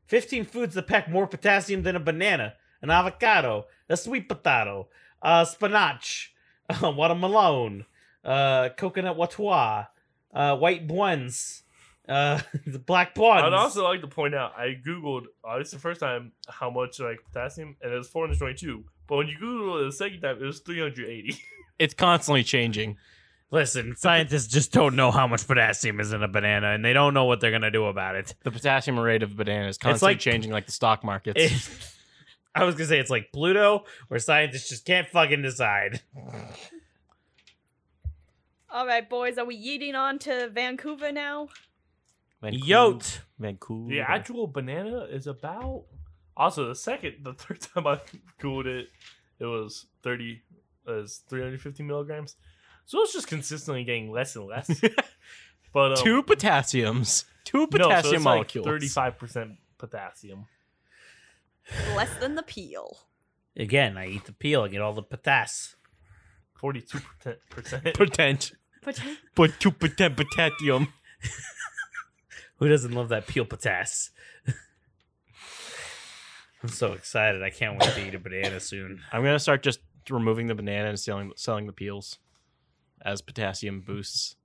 [SPEAKER 3] Fifteen foods that pack more potassium than a banana, an avocado, a sweet potato, uh, spinach, *laughs* uh, watermelon, uh, coconut watois, uh, white buns, uh, *laughs* the black buns.
[SPEAKER 1] I'd also like to point out I googled uh, this is the first time how much like potassium and it was 422. But when you google it the second time it was 380.
[SPEAKER 4] It's constantly changing.
[SPEAKER 3] Listen, scientists just don't know how much potassium is in a banana, and they don't know what they're gonna do about it.
[SPEAKER 4] The potassium rate of bananas constantly
[SPEAKER 3] like-
[SPEAKER 4] changing, like the stock markets.
[SPEAKER 3] It- *laughs* I was gonna say it's like Pluto, where scientists just can't fucking decide.
[SPEAKER 2] All right, boys, are we yeeting on to Vancouver now?
[SPEAKER 4] Vancouver-
[SPEAKER 3] Yote.
[SPEAKER 4] Vancouver.
[SPEAKER 1] the actual banana is about also the second the *laughs* third time I googled it it was 30 is 350 milligrams. So it's just consistently getting less and
[SPEAKER 4] *laughs*
[SPEAKER 1] less. but um,
[SPEAKER 4] two potassiums, two
[SPEAKER 1] no, so
[SPEAKER 4] potassium
[SPEAKER 1] it's like
[SPEAKER 4] molecules.
[SPEAKER 1] 35% potassium.
[SPEAKER 2] Less than the peel.
[SPEAKER 3] Again, I eat the peel, I get all the potass.
[SPEAKER 1] 42% percent.
[SPEAKER 4] Potent,
[SPEAKER 2] But
[SPEAKER 4] but two potent potassium.
[SPEAKER 3] Who doesn't love that peel potass? *laughs* I'm so excited. I can't wait to eat a
[SPEAKER 1] *laughs*
[SPEAKER 3] banana soon.
[SPEAKER 4] I'm gonna start just removing the banana and selling selling the peels as potassium boosts.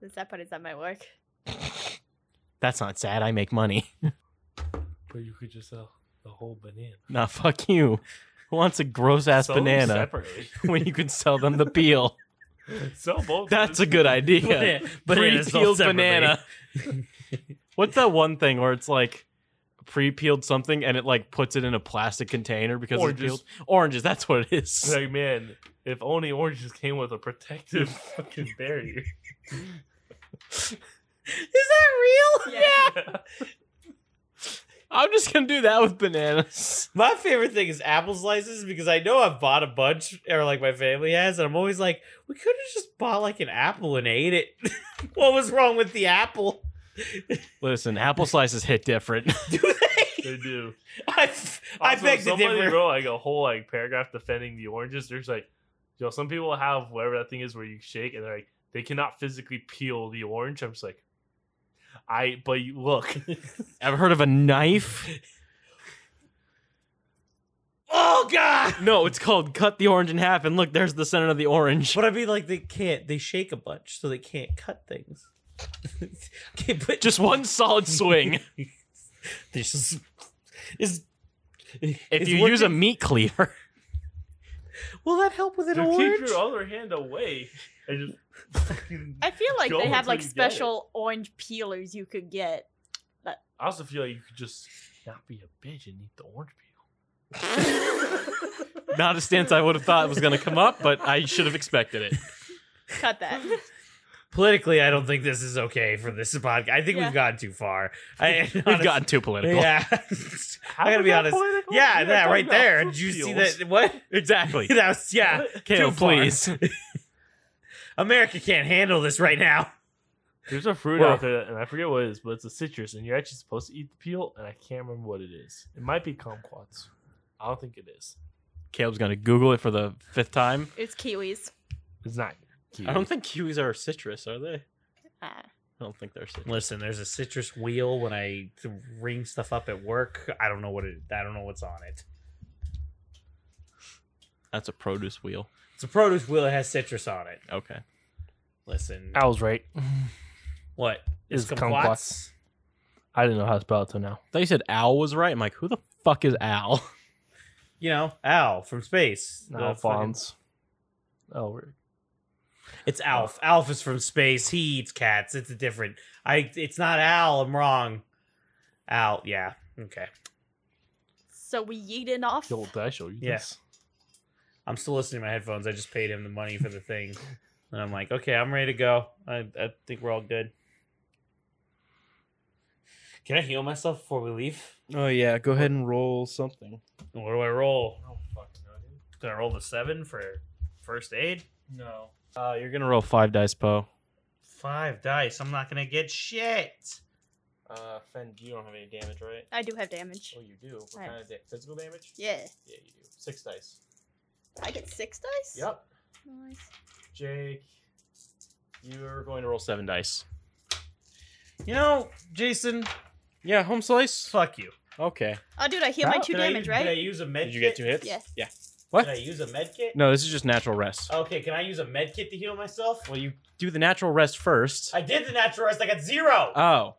[SPEAKER 2] the sad part *laughs* is that might work.
[SPEAKER 4] That's not sad. I make money. *laughs*
[SPEAKER 1] But you could just sell the whole banana.
[SPEAKER 4] Nah, fuck you. Who wants a gross ass
[SPEAKER 1] Sell them
[SPEAKER 4] banana
[SPEAKER 1] Separately. *laughs*
[SPEAKER 4] when you can sell them the peel?
[SPEAKER 1] Sell both.
[SPEAKER 4] That's a good idea.
[SPEAKER 3] Bana-
[SPEAKER 4] Pre
[SPEAKER 3] bananas all
[SPEAKER 4] peeled
[SPEAKER 3] separately.
[SPEAKER 4] banana. *laughs* What's that one thing where it's like pre peeled something and it like puts it in a plastic container because
[SPEAKER 1] Oranges.
[SPEAKER 4] it's peeled? Oranges, that's what it is.
[SPEAKER 1] Like, man, if only oranges came with a protective *laughs* fucking barrier.
[SPEAKER 3] *laughs*
[SPEAKER 1] *laughs*
[SPEAKER 3] Is that real?
[SPEAKER 2] Yeah.
[SPEAKER 4] I'm just gonna do that with bananas.
[SPEAKER 3] My favorite thing is apple slices because I know I've bought a bunch, or like my family has, and I'm always like, we could have just bought like an apple and ate it. *laughs* what was wrong with the apple? *laughs*
[SPEAKER 4] Listen, apple slices hit different. *laughs*
[SPEAKER 3] Do they?
[SPEAKER 1] they do.
[SPEAKER 3] I, I
[SPEAKER 1] Also,
[SPEAKER 3] beg to
[SPEAKER 1] somebody
[SPEAKER 3] differ.
[SPEAKER 1] wrote like a whole like paragraph defending the oranges. There's like, yo, some people have whatever that thing is where you shake and they're like, they cannot physically peel the orange. I'm just like, I. But you, look, *laughs*
[SPEAKER 4] Ever heard of a knife?
[SPEAKER 3] oh god!
[SPEAKER 4] No, it's called cut the orange in half, and look, there's the center of the orange.
[SPEAKER 3] But I mean, like they can't. They shake a bunch, so they can't cut things. *laughs* okay, but
[SPEAKER 4] Just one solid swing.
[SPEAKER 3] this is is.
[SPEAKER 4] *laughs* If
[SPEAKER 3] is
[SPEAKER 4] you use a
[SPEAKER 3] working-
[SPEAKER 4] meat cleaver, *laughs*
[SPEAKER 3] will that help with an
[SPEAKER 1] Dude,
[SPEAKER 3] orange?
[SPEAKER 1] keep your other hand away and just fucking
[SPEAKER 2] I feel like
[SPEAKER 1] Go
[SPEAKER 2] they
[SPEAKER 1] until
[SPEAKER 2] have like
[SPEAKER 1] you get it.
[SPEAKER 2] special orange peelers you could get.
[SPEAKER 1] I also feel like you could just not be a bitch and eat the orange peel.
[SPEAKER 4] not a stance I would have thought was gonna come up, but I should have expected it.
[SPEAKER 2] *laughs* Cut that.
[SPEAKER 3] Politically, I don't think this is okay for this podcast. I think
[SPEAKER 2] Yeah.
[SPEAKER 3] we've gone too far. *laughs* I,
[SPEAKER 4] *laughs* We've gotten too political. *laughs*
[SPEAKER 3] Yeah, *laughs* I gotta be honest. Yeah, that right there. Did you see that? What?
[SPEAKER 4] *laughs* Exactly.
[SPEAKER 3] *laughs* That was yeah.
[SPEAKER 4] Kale,
[SPEAKER 3] too far.
[SPEAKER 4] please.
[SPEAKER 3] America can't handle this right now.
[SPEAKER 1] There's a fruit
[SPEAKER 4] Well-
[SPEAKER 1] out there, and I forget what it is, but it's a citrus, and you're actually supposed to eat the peel, and I can't remember what it is. It might be kumquats. I don't think it is.
[SPEAKER 4] Caleb's gonna Google it for the fifth time.
[SPEAKER 2] *laughs* It's kiwis.
[SPEAKER 1] It's not. Kiwi.
[SPEAKER 4] I don't think kiwis are citrus, are they?
[SPEAKER 2] Ah.
[SPEAKER 4] I don't think they're citrus.
[SPEAKER 3] Listen, there's a citrus wheel when I ring stuff up at work. I don't know what it. I don't know what's on it.
[SPEAKER 4] That's a produce wheel.
[SPEAKER 3] It's a produce wheel that has citrus on it.
[SPEAKER 4] Okay.
[SPEAKER 3] Listen,
[SPEAKER 1] I was right.
[SPEAKER 3] what
[SPEAKER 1] It's
[SPEAKER 3] It's kumquats?
[SPEAKER 1] kumquats. I didn't know how to spell it till now.
[SPEAKER 4] Thought you said Al was right. I'm like, who the fuck is Al?
[SPEAKER 3] You know, Al from space. The fucking-
[SPEAKER 1] Alphonse. Oh, we're-
[SPEAKER 3] It's
[SPEAKER 4] Oh.
[SPEAKER 3] Alf. Alf is from space. He eats cats. It's a different. I. It's not Al. I'm wrong. Al. Yeah. Okay.
[SPEAKER 2] So we yeeted off.
[SPEAKER 1] yo, did I show you?
[SPEAKER 3] Yeah.
[SPEAKER 1] This?
[SPEAKER 3] I'm still listening to my headphones. I just paid him the money for
[SPEAKER 4] *laughs*
[SPEAKER 3] the thing, and I'm like, okay, I'm ready to go. I, I think we're all good. Can I heal myself before we leave?
[SPEAKER 4] *laughs* Oh yeah, go ahead and roll something.
[SPEAKER 3] What do I roll?
[SPEAKER 1] Oh fuck no,
[SPEAKER 3] Can I roll the seven for first aid?
[SPEAKER 1] No.
[SPEAKER 4] Uh, you're gonna roll five dice, Poe.
[SPEAKER 3] Five dice. I'm not gonna get shit.
[SPEAKER 4] Uh, Fend, you don't have any damage, right?
[SPEAKER 2] I do have damage.
[SPEAKER 4] Oh, you do. What
[SPEAKER 2] I- kind
[SPEAKER 4] of damage? Physical damage?
[SPEAKER 2] Yeah.
[SPEAKER 4] Yeah, you do. Six dice.
[SPEAKER 2] I get six dice?
[SPEAKER 4] Yep.
[SPEAKER 2] Nice.
[SPEAKER 4] Jake, you're going to roll seven dice.
[SPEAKER 3] You know, Jason.
[SPEAKER 4] Yeah, home slice.
[SPEAKER 3] Fuck you.
[SPEAKER 4] Okay.
[SPEAKER 2] Oh, dude, I heal my
[SPEAKER 4] Wow,
[SPEAKER 2] two
[SPEAKER 3] Did I-
[SPEAKER 2] damage,
[SPEAKER 3] Did I
[SPEAKER 2] right?
[SPEAKER 3] use a med?
[SPEAKER 4] Did you get two
[SPEAKER 3] kit?
[SPEAKER 4] hits?
[SPEAKER 2] Yes.
[SPEAKER 4] Yeah.
[SPEAKER 3] Did I use a med kit?
[SPEAKER 4] No, this is just natural rest.
[SPEAKER 3] Okay, can I use a med kit to heal myself?
[SPEAKER 4] Uh, Well, you do the natural rest first.
[SPEAKER 3] I did the natural rest. I got zero.
[SPEAKER 4] oh,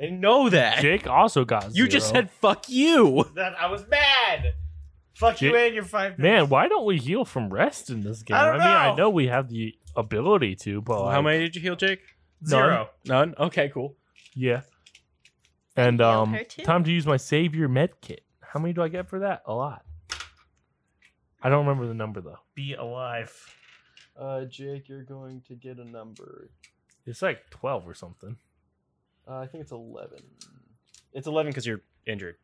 [SPEAKER 4] I didn't know that.
[SPEAKER 1] Jake also got.
[SPEAKER 4] *laughs* you just
[SPEAKER 1] zero.
[SPEAKER 4] said fuck you.
[SPEAKER 3] that I was mad. Fuck you
[SPEAKER 1] Shit.
[SPEAKER 3] and your five.
[SPEAKER 1] man, why don't we heal from rest in this game?
[SPEAKER 3] I don't
[SPEAKER 1] mean, I
[SPEAKER 3] know.
[SPEAKER 1] know we have the ability to, but like,
[SPEAKER 4] How many did you heal, Jake?
[SPEAKER 3] zero.
[SPEAKER 4] None. Okay, cool.
[SPEAKER 1] Yeah. And
[SPEAKER 2] heal
[SPEAKER 1] um,
[SPEAKER 2] her too?
[SPEAKER 1] time to use my savior med kit. How many do I get for that? A lot. I don't remember the number though.
[SPEAKER 3] Be alive.
[SPEAKER 4] Uh, Jake, you're going to get a number.
[SPEAKER 1] It's like twelve or something.
[SPEAKER 4] Uh, I think it's eleven. It's eleven because you're injured.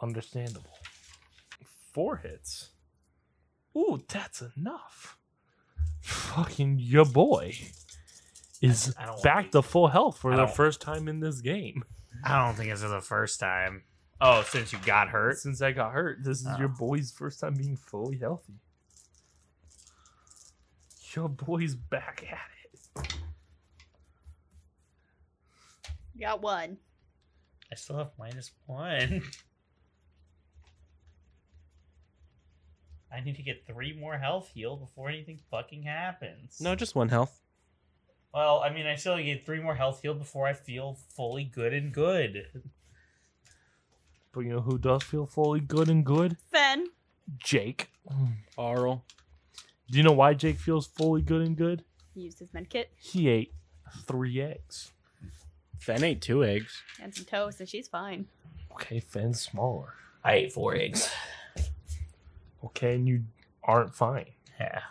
[SPEAKER 1] Understandable. Four hits. Ooh, that's enough. Fucking your boy is
[SPEAKER 3] I don't wanna
[SPEAKER 1] back
[SPEAKER 3] be-
[SPEAKER 1] to full health for
[SPEAKER 3] I
[SPEAKER 1] the
[SPEAKER 3] don't-
[SPEAKER 1] first time in this game.
[SPEAKER 3] I don't think it's the first time. Oh, since you got hurt.
[SPEAKER 1] Since I got hurt, this is your
[SPEAKER 3] Oh.
[SPEAKER 1] boy's first time being fully healthy. Your boy's back at it.
[SPEAKER 2] Got one.
[SPEAKER 3] I still have minus one. *laughs* I need to get three more health healed before anything fucking happens.
[SPEAKER 4] No, just one health.
[SPEAKER 3] Well, I mean, I still get three more health healed before I feel fully good and good.
[SPEAKER 1] But you know who does feel fully good and good?
[SPEAKER 2] Fen.
[SPEAKER 1] Jake. Do
[SPEAKER 4] Arl.
[SPEAKER 1] you know why Jake feels fully good and good?
[SPEAKER 2] He used his medkit
[SPEAKER 1] He ate three eggs.
[SPEAKER 4] Fen ate two eggs.
[SPEAKER 2] and some toast, and she's fine.
[SPEAKER 1] Okay, Fenn's smaller.
[SPEAKER 3] I ate four eggs.
[SPEAKER 1] Okay, and you aren't fine
[SPEAKER 3] Yeah.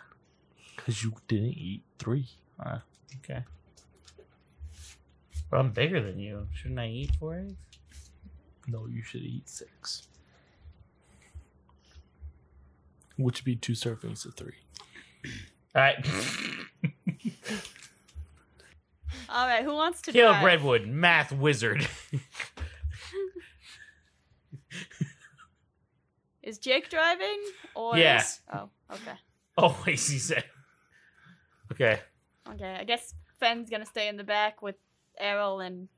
[SPEAKER 1] because you didn't eat three.
[SPEAKER 3] Okay. Well, I'm bigger than you. Shouldn't I eat four eggs?
[SPEAKER 1] No, you should eat six, which would be two servings of three.
[SPEAKER 3] All right. *laughs*
[SPEAKER 2] All right, who wants to
[SPEAKER 3] Caleb
[SPEAKER 2] drive?
[SPEAKER 3] Redwood, math wizard. *laughs*
[SPEAKER 2] Is Jake driving? Or
[SPEAKER 3] Yeah.
[SPEAKER 2] is- Oh, okay.
[SPEAKER 3] Always, he said. Okay.
[SPEAKER 2] Okay, I guess Fen's gonna stay in the back with Errol and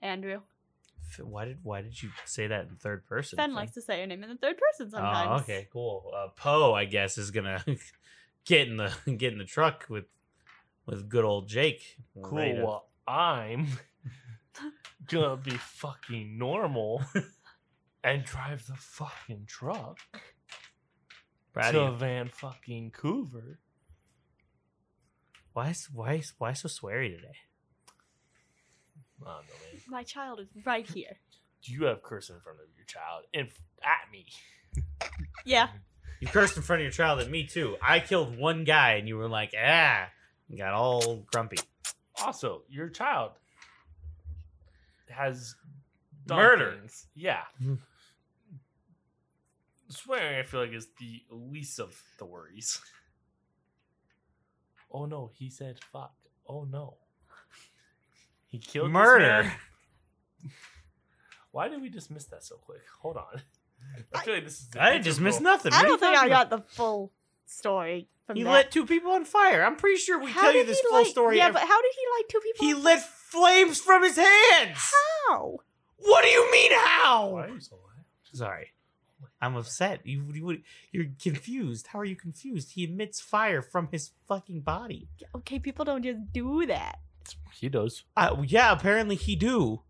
[SPEAKER 2] Andrew.
[SPEAKER 3] F- Why did Why did you say that in third person?
[SPEAKER 2] Fen likes to say her name in the third person sometimes.
[SPEAKER 3] Oh, okay, cool. Uh, Poe, I guess, is gonna *laughs* get in the *laughs* get in the truck with with good old Jake.
[SPEAKER 1] Cool.
[SPEAKER 3] Ready to-
[SPEAKER 1] Well, I'm *laughs* gonna be fucking normal and drive the fucking truck
[SPEAKER 3] Proud
[SPEAKER 1] to
[SPEAKER 3] of you.
[SPEAKER 1] Van fucking Coover.
[SPEAKER 3] Why is why is, why so sweary today?
[SPEAKER 1] I don't know, man.
[SPEAKER 2] My child is right here.
[SPEAKER 1] You have curse in front of your child and f- at me.
[SPEAKER 2] Yeah.
[SPEAKER 3] You cursed in front of your child at me too. I killed one guy, and you were like, ah, and got all grumpy.
[SPEAKER 1] Also, your child has done
[SPEAKER 3] Murder.
[SPEAKER 1] things. Yeah.
[SPEAKER 3] Mhm.
[SPEAKER 1] Swearing, I feel like, is the least of the worries. *laughs* Oh no, he said fuck. Oh no. He killed this
[SPEAKER 3] Murder.
[SPEAKER 1] man. Why did we dismiss that so quick? Hold on. I feel like this is.
[SPEAKER 3] I didn't dismiss
[SPEAKER 1] integral-
[SPEAKER 3] nothing.
[SPEAKER 2] I
[SPEAKER 3] What are you
[SPEAKER 2] don't think I
[SPEAKER 3] talking about?
[SPEAKER 2] got the full story from
[SPEAKER 3] He
[SPEAKER 2] that.
[SPEAKER 3] lit two people on fire. I'm pretty sure we
[SPEAKER 2] How
[SPEAKER 3] tell you
[SPEAKER 2] did
[SPEAKER 3] this
[SPEAKER 2] he
[SPEAKER 3] full
[SPEAKER 2] light-
[SPEAKER 3] story.
[SPEAKER 2] Yeah,
[SPEAKER 3] ev-
[SPEAKER 2] but how did he light two people?
[SPEAKER 3] he
[SPEAKER 2] on
[SPEAKER 3] lit flames from his hands.
[SPEAKER 2] How?
[SPEAKER 3] What do you mean how?
[SPEAKER 1] Why are you so loud?
[SPEAKER 3] Sorry. I'm upset. You, you you're confused. How are you confused? He emits fire from his fucking body.
[SPEAKER 2] Okay, people don't just do
[SPEAKER 3] *laughs*
[SPEAKER 2] that.
[SPEAKER 1] He does.
[SPEAKER 3] Uh, yeah, apparently he do.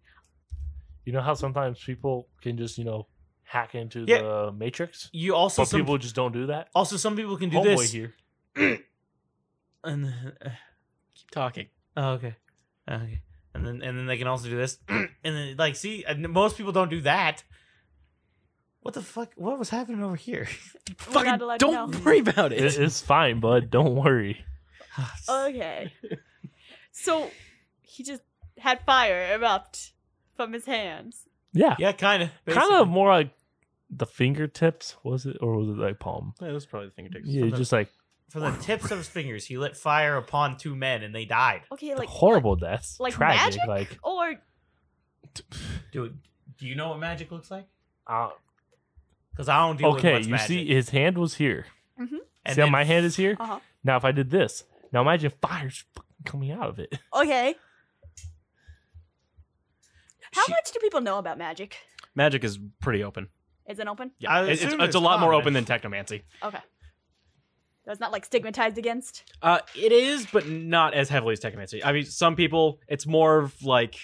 [SPEAKER 1] You know how sometimes people can just you know hack into
[SPEAKER 3] Yeah.
[SPEAKER 1] the matrix,
[SPEAKER 3] You also
[SPEAKER 1] but
[SPEAKER 3] some
[SPEAKER 1] people just don't do that.
[SPEAKER 3] also some people can do
[SPEAKER 1] Homeboy
[SPEAKER 3] this.
[SPEAKER 1] here.
[SPEAKER 3] And then, uh,
[SPEAKER 4] Keep talking.
[SPEAKER 3] oh, okay, okay. And then and then they can also do this. *clears throat* and then like see, and most people don't do that. What the fuck? What was happening over here? *laughs*
[SPEAKER 2] We're
[SPEAKER 4] Fucking
[SPEAKER 2] not allowed to
[SPEAKER 4] don't
[SPEAKER 2] know.
[SPEAKER 4] worry about *laughs*
[SPEAKER 1] It-
[SPEAKER 4] it.
[SPEAKER 1] *laughs* it's fine, bud. Don't worry.
[SPEAKER 2] Uh,
[SPEAKER 3] *laughs*
[SPEAKER 2] Okay. so he just had fire erupt from his hands.
[SPEAKER 1] Yeah,
[SPEAKER 3] yeah, kind of.
[SPEAKER 1] kind of more like the fingertips was it, or was it like palm?
[SPEAKER 4] Yeah, that's probably the thing it takes.
[SPEAKER 1] Yeah,
[SPEAKER 3] From the-
[SPEAKER 1] just like
[SPEAKER 3] From the tips of his fingers, he lit fire upon two men, and they died.
[SPEAKER 2] Okay, like
[SPEAKER 1] horrible deaths,
[SPEAKER 2] like
[SPEAKER 1] tragic.
[SPEAKER 2] magic?
[SPEAKER 1] Like
[SPEAKER 2] Or
[SPEAKER 3] Dude, do you know what magic looks like?
[SPEAKER 1] uh,
[SPEAKER 3] Because I don't deal with
[SPEAKER 1] okay,
[SPEAKER 3] much
[SPEAKER 1] you
[SPEAKER 3] magic.
[SPEAKER 1] see, his hand was here.
[SPEAKER 3] And
[SPEAKER 1] see how
[SPEAKER 3] then-
[SPEAKER 1] my hand is
[SPEAKER 2] *laughs*
[SPEAKER 1] here.
[SPEAKER 2] uh-huh.
[SPEAKER 1] Now if I did this, now imagine fire's fucking coming out of it. *laughs*
[SPEAKER 2] Okay. How
[SPEAKER 3] She-
[SPEAKER 2] much do people know about magic?
[SPEAKER 4] Magic is pretty open.
[SPEAKER 2] Is it open?
[SPEAKER 4] Yeah,
[SPEAKER 3] I
[SPEAKER 4] it- it's,
[SPEAKER 3] assume
[SPEAKER 4] it's a
[SPEAKER 3] it's
[SPEAKER 4] lot more
[SPEAKER 3] common.
[SPEAKER 4] open than technomancy.
[SPEAKER 2] Okay. That's not like stigmatized against.
[SPEAKER 4] Uh, it is, but not as heavily as technomancy. I mean, some people, it's more of like,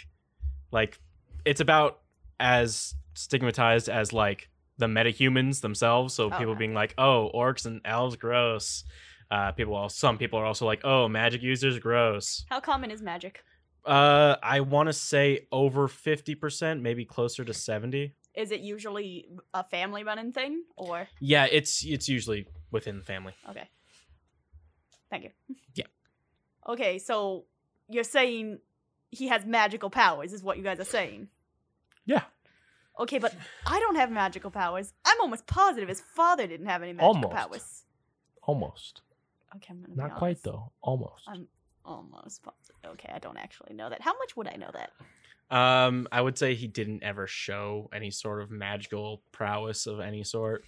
[SPEAKER 4] like, it's about as stigmatized as like the metahumans themselves. So people
[SPEAKER 2] Okay.
[SPEAKER 4] being like, "Oh, orcs and elves, gross." Uh, people, al- some people are also like, "Oh, magic users, gross."
[SPEAKER 2] How common is magic?
[SPEAKER 4] Uh, I want to say over fifty percent, maybe closer to seventy.
[SPEAKER 2] Is it usually a family running thing or
[SPEAKER 4] Yeah, it's it's usually within the family.
[SPEAKER 2] okay. Thank you.
[SPEAKER 4] Yeah.
[SPEAKER 2] Okay, so you're saying he has magical powers is what you guys are saying.
[SPEAKER 1] Yeah.
[SPEAKER 2] Okay, but I don't have magical powers. I'm almost positive his father didn't have any magical
[SPEAKER 1] Almost.
[SPEAKER 2] powers.
[SPEAKER 1] Almost.
[SPEAKER 2] Okay, I'm gonna be
[SPEAKER 1] Not quite
[SPEAKER 2] honest.
[SPEAKER 1] though. Almost.
[SPEAKER 2] I'm almost positive. Okay, I don't actually know that. How much would I know that?
[SPEAKER 4] Um, I would say he didn't ever show any sort of magical prowess of any sort.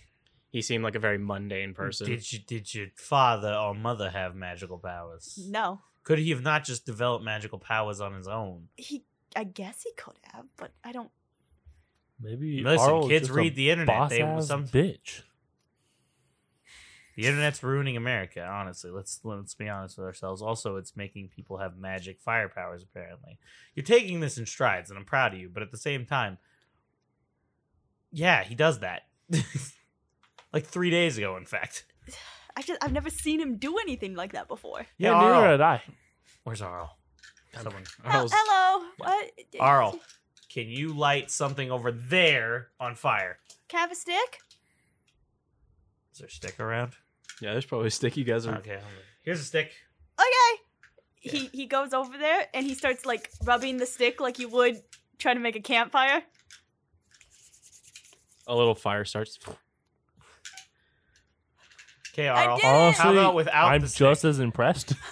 [SPEAKER 4] He seemed like a very mundane person.
[SPEAKER 3] Did you, did your father or mother have magical powers?
[SPEAKER 2] No.
[SPEAKER 3] Could he have not just developed magical powers on his own?
[SPEAKER 2] He I guess he could have, but I don't
[SPEAKER 1] Maybe
[SPEAKER 3] Listen,
[SPEAKER 1] Arl is
[SPEAKER 3] kids
[SPEAKER 1] just a
[SPEAKER 3] read the internet.
[SPEAKER 1] boss
[SPEAKER 3] They
[SPEAKER 1] ass
[SPEAKER 3] some
[SPEAKER 1] bitch.
[SPEAKER 3] the internet's ruining America. Honestly, let's let's be honest with ourselves. Also, it's making people have magic fire powers. Apparently, you're taking this in strides, and I'm proud of you. But at the same time, yeah, he does that. *laughs* like three days ago, in fact.
[SPEAKER 2] I just I've never seen him do anything like that before.
[SPEAKER 1] Yeah,
[SPEAKER 3] Hey,
[SPEAKER 1] neither
[SPEAKER 3] Arl.
[SPEAKER 1] did I.
[SPEAKER 3] Where's Arl? Someone.
[SPEAKER 2] Hel-
[SPEAKER 4] Arl's-
[SPEAKER 2] Oh, hello. What?
[SPEAKER 3] Arl, can you light something over there on fire?
[SPEAKER 2] Can I have a stick?
[SPEAKER 3] Is there a stick around?
[SPEAKER 4] yeah, there's probably a stick you guys are.
[SPEAKER 3] Okay, hold on. here's a stick.
[SPEAKER 2] Okay. He he goes over there and he starts like rubbing the stick like you would trying to make a campfire.
[SPEAKER 4] A little fire starts.
[SPEAKER 3] Okay,
[SPEAKER 2] I
[SPEAKER 3] Arl.
[SPEAKER 2] did it!
[SPEAKER 1] Honestly,
[SPEAKER 3] How about without
[SPEAKER 1] I'm
[SPEAKER 3] the stick?
[SPEAKER 1] just as impressed.
[SPEAKER 3] *laughs*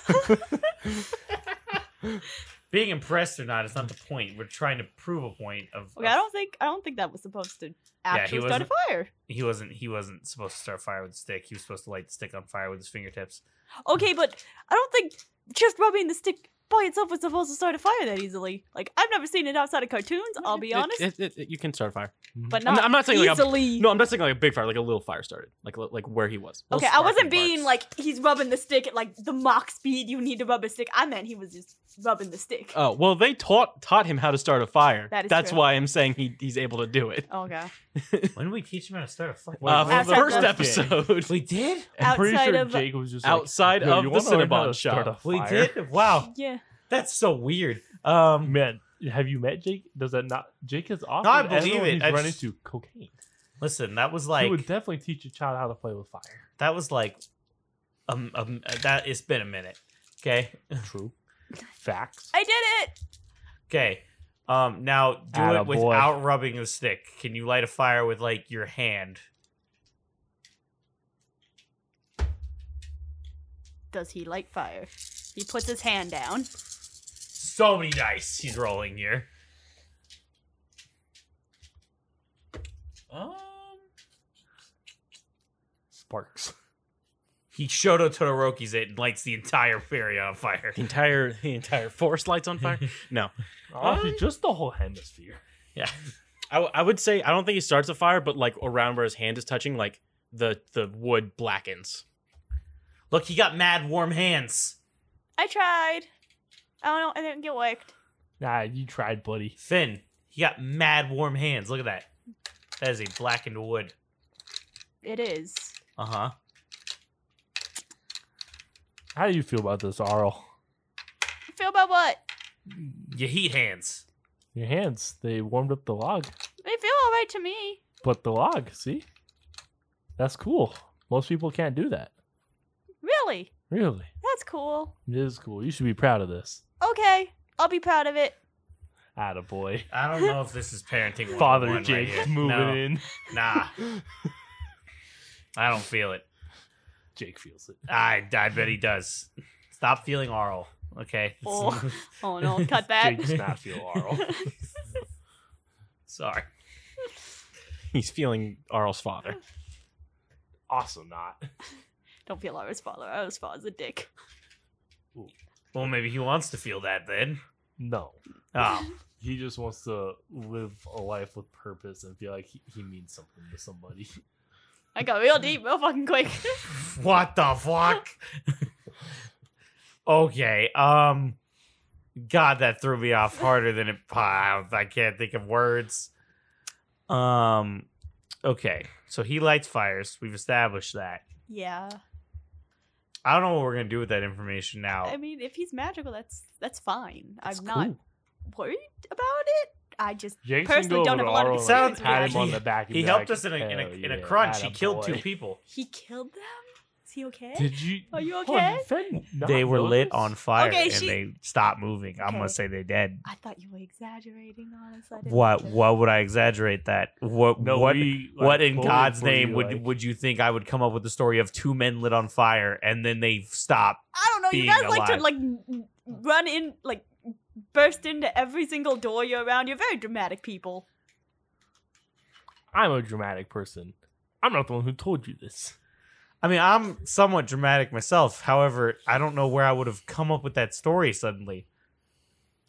[SPEAKER 3] Being impressed or not is not the point. We're trying to prove a point of.
[SPEAKER 2] Okay, I don't think I don't think that was supposed to
[SPEAKER 3] Oh. he
[SPEAKER 2] actually start a
[SPEAKER 3] wasn't-
[SPEAKER 2] fire.
[SPEAKER 3] he wasn't. He wasn't supposed to start fire with a stick. He was supposed to light the stick on fire with
[SPEAKER 2] *laughs*
[SPEAKER 3] his fingertips.
[SPEAKER 2] Okay, but I don't think just rubbing the stick by itself was supposed to start a fire that easily. Like I've never seen it outside of cartoons. I'll be
[SPEAKER 4] It-
[SPEAKER 2] honest,
[SPEAKER 4] it- it- it- you can start a fire.
[SPEAKER 2] but
[SPEAKER 4] I'm
[SPEAKER 2] not,
[SPEAKER 4] not, I'm not saying like a,
[SPEAKER 2] easily.
[SPEAKER 4] no. I'm not saying like a big fire, like a little fire started, like li- like where he was.
[SPEAKER 2] okay, I
[SPEAKER 3] sparking
[SPEAKER 2] wasn't being
[SPEAKER 3] parts.
[SPEAKER 2] like he's rubbing the stick at like the mock speed you need to rub a stick. I meant he was just rubbing the stick.
[SPEAKER 4] Oh well, they taught taught him how to start a fire.
[SPEAKER 2] That is
[SPEAKER 4] That's
[SPEAKER 2] true.
[SPEAKER 4] why I'm saying he, he's able to do it.
[SPEAKER 2] okay,
[SPEAKER 3] When did we teach him how to start a fire?
[SPEAKER 1] Well,
[SPEAKER 4] Uh,
[SPEAKER 1] one of the
[SPEAKER 4] first
[SPEAKER 1] first game.
[SPEAKER 4] episode
[SPEAKER 3] we did.
[SPEAKER 1] I'm pretty
[SPEAKER 2] Outside
[SPEAKER 1] sure
[SPEAKER 2] of-
[SPEAKER 1] Jake was just like,
[SPEAKER 4] outside
[SPEAKER 1] "Yo,
[SPEAKER 4] of
[SPEAKER 1] you
[SPEAKER 4] the
[SPEAKER 1] wanna learn how
[SPEAKER 4] Cinnabon
[SPEAKER 1] to start
[SPEAKER 4] shop.
[SPEAKER 1] a
[SPEAKER 3] We
[SPEAKER 1] fire?"
[SPEAKER 3] did. Wow,
[SPEAKER 2] yeah.
[SPEAKER 3] that's so weird. Um,
[SPEAKER 1] *laughs* Man, have you met Jake? Does that not? Jake is awesome.
[SPEAKER 3] I believe it.
[SPEAKER 1] He's
[SPEAKER 3] I
[SPEAKER 1] running
[SPEAKER 3] just-
[SPEAKER 1] to cocaine.
[SPEAKER 3] listen, that was
[SPEAKER 1] he would
[SPEAKER 3] like
[SPEAKER 1] definitely teach a child how to play with fire.
[SPEAKER 3] *laughs* that was like um, um that. It's been a minute. Okay,
[SPEAKER 1] True. Facts.
[SPEAKER 2] I did it.
[SPEAKER 3] okay. Um, now do it
[SPEAKER 1] Atta boy.
[SPEAKER 3] without rubbing the stick. Can you light a fire with like your hand?
[SPEAKER 2] Does he light fire? He puts his hand down.
[SPEAKER 3] So many dice he's rolling here.
[SPEAKER 5] Um,
[SPEAKER 2] *laughs*
[SPEAKER 1] Sparks.
[SPEAKER 3] He Shoto Todoroki's it and lights the entire ferry on fire.
[SPEAKER 4] The entire the entire forest lights on fire. No,
[SPEAKER 1] Honestly, Oh, just the whole hemisphere.
[SPEAKER 4] *laughs* I, w- I would say I don't think he starts a fire, but like around where his hand is touching, like the the wood blackens.
[SPEAKER 3] Look, he got mad warm hands.
[SPEAKER 2] I tried. I don't know. I didn't get worked.
[SPEAKER 1] Nah, you tried, buddy.
[SPEAKER 3] Finn, he got mad warm hands. Look at that. That is a blackened wood.
[SPEAKER 2] It is.
[SPEAKER 3] Uh
[SPEAKER 4] Uh-huh.
[SPEAKER 3] huh.
[SPEAKER 1] How do you feel about this, Arl?
[SPEAKER 2] Feel about what?
[SPEAKER 3] Your heat hands.
[SPEAKER 1] Your hands, they warmed up the log.
[SPEAKER 2] They feel all right to me.
[SPEAKER 1] But the log, see? That's cool. Most people can't do that.
[SPEAKER 2] Really?
[SPEAKER 1] Really.
[SPEAKER 2] That's cool.
[SPEAKER 1] It is cool. You should be proud of this.
[SPEAKER 2] Okay, I'll be proud of it.
[SPEAKER 1] Attaboy.
[SPEAKER 3] I don't know if this is parenting. 101
[SPEAKER 1] Father
[SPEAKER 3] right
[SPEAKER 1] Jake
[SPEAKER 3] here.
[SPEAKER 1] moving
[SPEAKER 3] No,
[SPEAKER 1] in.
[SPEAKER 3] Nah. I don't feel it.
[SPEAKER 1] Jake feels it.
[SPEAKER 3] I, I bet he does. Stop feeling Arl. Okay.
[SPEAKER 2] Oh, *laughs* oh
[SPEAKER 4] *laughs*
[SPEAKER 2] no, cut that.
[SPEAKER 1] Jake does not feel Arl.
[SPEAKER 3] *laughs* Sorry.
[SPEAKER 4] *laughs* He's feeling Arl's father.
[SPEAKER 1] also not.
[SPEAKER 2] Don't feel Ira's father. Ira's father's a dick.
[SPEAKER 3] Well, maybe he wants to feel
[SPEAKER 2] *laughs*
[SPEAKER 3] that then.
[SPEAKER 1] No.
[SPEAKER 3] Oh,
[SPEAKER 1] He just wants to live a life with purpose and feel like he, he means something to somebody.
[SPEAKER 2] I got real deep, real fucking
[SPEAKER 4] *laughs*
[SPEAKER 2] quick.
[SPEAKER 3] what the fuck? okay. Um, God, that threw me off harder than it. *laughs* I I can't think of words. Um, okay. So he lights fires. We've established that.
[SPEAKER 2] yeah,
[SPEAKER 3] I don't know what we're gonna do with that information now.
[SPEAKER 2] I mean, if he's magical, that's that's fine.
[SPEAKER 1] It's
[SPEAKER 2] I'm not
[SPEAKER 1] cool.
[SPEAKER 2] worried about it. I just
[SPEAKER 1] Jake's
[SPEAKER 2] personally don't have a lot of
[SPEAKER 3] Sounds-
[SPEAKER 1] pat him
[SPEAKER 3] yeah,
[SPEAKER 1] on
[SPEAKER 3] he-
[SPEAKER 1] the back. and
[SPEAKER 3] he
[SPEAKER 1] be
[SPEAKER 3] helped
[SPEAKER 1] like,
[SPEAKER 3] us in a in a,
[SPEAKER 1] "Hell
[SPEAKER 3] in a
[SPEAKER 1] yeah,
[SPEAKER 3] crunch. He
[SPEAKER 1] attaboy."
[SPEAKER 3] killed two people.
[SPEAKER 2] he killed them. Is he okay?
[SPEAKER 1] Did you?
[SPEAKER 2] Are you
[SPEAKER 1] Oh,
[SPEAKER 2] okay?
[SPEAKER 1] Fenn not
[SPEAKER 3] They were
[SPEAKER 1] know
[SPEAKER 3] lit
[SPEAKER 1] this?
[SPEAKER 3] on fire
[SPEAKER 2] Okay,
[SPEAKER 3] and
[SPEAKER 2] she-
[SPEAKER 3] they stopped moving. I'm gonna
[SPEAKER 2] Okay.
[SPEAKER 3] say they're dead.
[SPEAKER 2] I thought you were exaggerating. Honestly, I didn't
[SPEAKER 3] What?
[SPEAKER 2] think-
[SPEAKER 3] What would I exaggerate that? What?
[SPEAKER 1] No,
[SPEAKER 3] what?
[SPEAKER 1] we, like,
[SPEAKER 3] what in
[SPEAKER 1] voted
[SPEAKER 3] God's
[SPEAKER 1] for
[SPEAKER 3] name
[SPEAKER 1] you,
[SPEAKER 3] would
[SPEAKER 1] like-
[SPEAKER 3] would you think I would come up with the story of two men lit on fire and then they stop?
[SPEAKER 2] I don't know. You
[SPEAKER 3] being
[SPEAKER 2] guys like
[SPEAKER 3] alive.
[SPEAKER 2] to like n- n- run in, like burst into every single door you're around. You're very dramatic people.
[SPEAKER 1] I'm a dramatic person. I'm not the one who told you this.
[SPEAKER 3] I mean, I'm somewhat dramatic myself. However, I don't know where I would have come up with that story suddenly.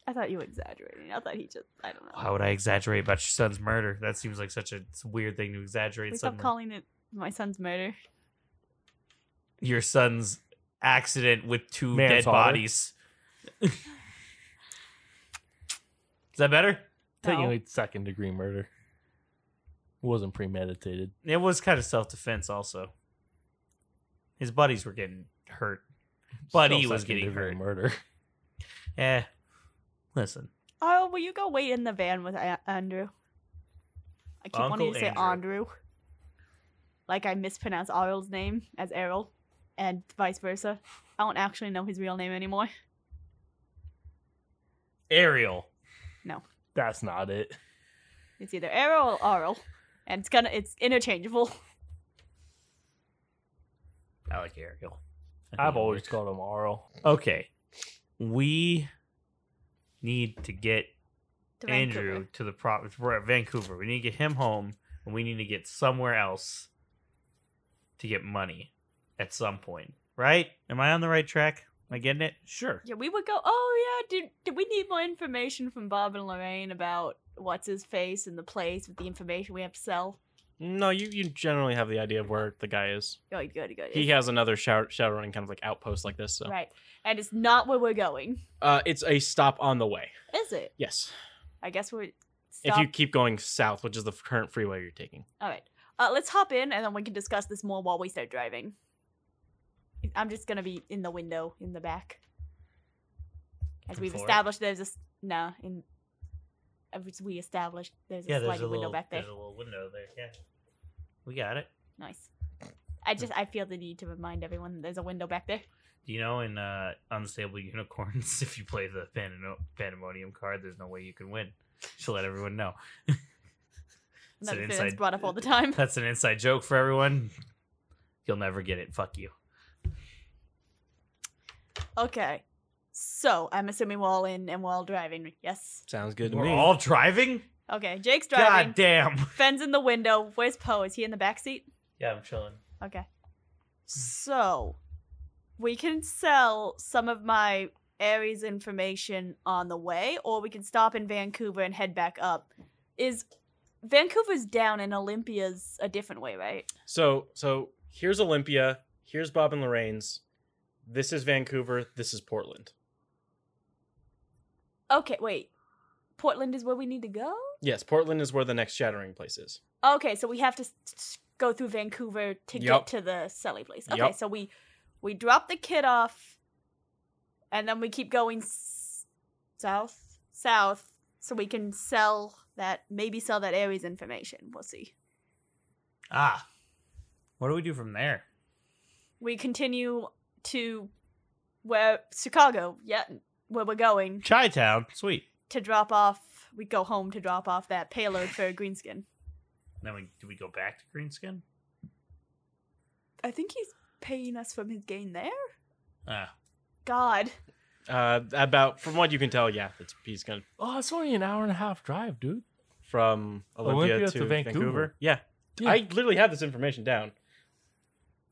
[SPEAKER 2] I thought you were exaggerating. I thought he just. I don't know.
[SPEAKER 3] Why would I exaggerate about your son's murder? That seems like such a weird thing to exaggerate.
[SPEAKER 2] we stopped
[SPEAKER 3] suddenly.
[SPEAKER 2] calling it my son's murder.
[SPEAKER 3] your son's accident with two dead
[SPEAKER 1] Manslaughter.
[SPEAKER 3] *laughs* bodies. Is that better?
[SPEAKER 1] Technically, second degree murder. It wasn't premeditated.
[SPEAKER 3] It was kind of self defense, also. His buddies were getting hurt. Buddy
[SPEAKER 1] Still
[SPEAKER 3] was
[SPEAKER 1] second
[SPEAKER 3] getting
[SPEAKER 1] degree
[SPEAKER 3] hurt.
[SPEAKER 1] Murder.
[SPEAKER 3] Eh. Listen.
[SPEAKER 2] Oh, will you go wait in the van with A- Andrew? I keep wanting
[SPEAKER 3] Uncle
[SPEAKER 2] to say Andrew. Like I mispronounce Aryl's name as Errol, and vice versa. I don't actually know his real name anymore.
[SPEAKER 3] Ariel.
[SPEAKER 1] *laughs* That's not *laughs* it.
[SPEAKER 2] It's either Errol or Arl, and it's gonna it's interchangeable. *laughs*
[SPEAKER 3] I like Ariel. I think
[SPEAKER 1] I've
[SPEAKER 3] it
[SPEAKER 1] always
[SPEAKER 3] works.
[SPEAKER 1] called him Arl.
[SPEAKER 3] Okay. We need to get
[SPEAKER 2] to
[SPEAKER 3] Andrew
[SPEAKER 2] Vancouver.
[SPEAKER 3] to the prop. We're at Vancouver. We need to get him home, and we need to get somewhere else to get money at some point. Right? Am I on the right track? Am I getting it? Sure.
[SPEAKER 2] Yeah, we would go. Oh yeah, did did we need more information from Bob and Lorraine about what's his face and the place with the information we have to sell?
[SPEAKER 4] No, you you generally have the idea of where the guy is.
[SPEAKER 2] Good, good, good.
[SPEAKER 4] He has another shadow, shadow running kind of like outpost like this. So
[SPEAKER 2] Right, and it's not where we're going,
[SPEAKER 4] uh, it's a stop on the way.
[SPEAKER 2] is it?
[SPEAKER 4] Yes,
[SPEAKER 2] I guess we're.
[SPEAKER 4] if
[SPEAKER 2] Stop.
[SPEAKER 4] you keep going south, which is the current freeway you're taking.
[SPEAKER 2] All right, uh, let's hop in and then we can discuss this more while we start driving. I'm just gonna be in the window in the back, as
[SPEAKER 3] Come
[SPEAKER 2] we've
[SPEAKER 3] forward.
[SPEAKER 2] established. There's a s- nah in. As we established, there's a
[SPEAKER 3] Yeah, there's
[SPEAKER 2] sliding
[SPEAKER 3] a
[SPEAKER 2] window
[SPEAKER 3] little
[SPEAKER 2] back there.
[SPEAKER 3] there's a little window there. Yeah, we got it.
[SPEAKER 2] Nice. I just I feel the need to remind everyone that there's a window back there.
[SPEAKER 3] Do you know in uh, Unstable Unicorns, *laughs* if you play the Pandano- Pandemonium card, there's no way you can win. Just to let everyone know, *laughs* It's
[SPEAKER 2] Another
[SPEAKER 3] an
[SPEAKER 2] thing that's
[SPEAKER 3] inside-
[SPEAKER 2] brought up all the time. *laughs*
[SPEAKER 3] that's an inside joke for everyone. You'll never get it. Fuck you.
[SPEAKER 2] Okay. So I'm assuming we're all in and we're all driving. Yes.
[SPEAKER 4] Sounds good
[SPEAKER 3] We're all driving.
[SPEAKER 2] Okay. Jake's
[SPEAKER 3] God
[SPEAKER 2] driving.
[SPEAKER 3] damn. *laughs*
[SPEAKER 2] Fenn's in the window. Where's Poe? Is he in the back seat?
[SPEAKER 3] Yeah, I'm chilling.
[SPEAKER 2] Okay. So, we can sell some of my Aries information on the way, or we can stop in Vancouver and head back up. Is Vancouver's down and Olympia's a different way, right?
[SPEAKER 4] So so here's Olympia. Here's Bob and Lorraine's. This is Vancouver. This is Portland.
[SPEAKER 2] Okay, wait. Portland is where we need to go?
[SPEAKER 4] Yes, Portland is where the next shattering place is.
[SPEAKER 2] Okay, so we have to s- s- go through Vancouver to
[SPEAKER 4] Yup.
[SPEAKER 2] get to the Sally place. Okay,
[SPEAKER 4] Yup.
[SPEAKER 2] so we we drop the kid off, and then we keep going s- south, south, so we can sell that maybe sell that Aries information. We'll see.
[SPEAKER 3] Ah. What do we do from there?
[SPEAKER 2] We continue to where Chicago, yeah, where we're going
[SPEAKER 3] Chi Town. Sweet.
[SPEAKER 2] to drop off. We go home to drop off that payload for Greenskin.
[SPEAKER 3] Then we do we go back to Greenskin?
[SPEAKER 2] I think he's paying us from his gain there.
[SPEAKER 3] Ah.
[SPEAKER 2] God.
[SPEAKER 4] Uh, about from what you can tell, yeah, it's he's gonna
[SPEAKER 1] Oh, it's only an hour and a half drive, dude.
[SPEAKER 4] from Olympia,
[SPEAKER 1] Olympia
[SPEAKER 4] to,
[SPEAKER 1] to
[SPEAKER 4] Vancouver.
[SPEAKER 1] Vancouver.
[SPEAKER 4] Yeah.
[SPEAKER 1] Yeah.
[SPEAKER 4] I literally have this information down.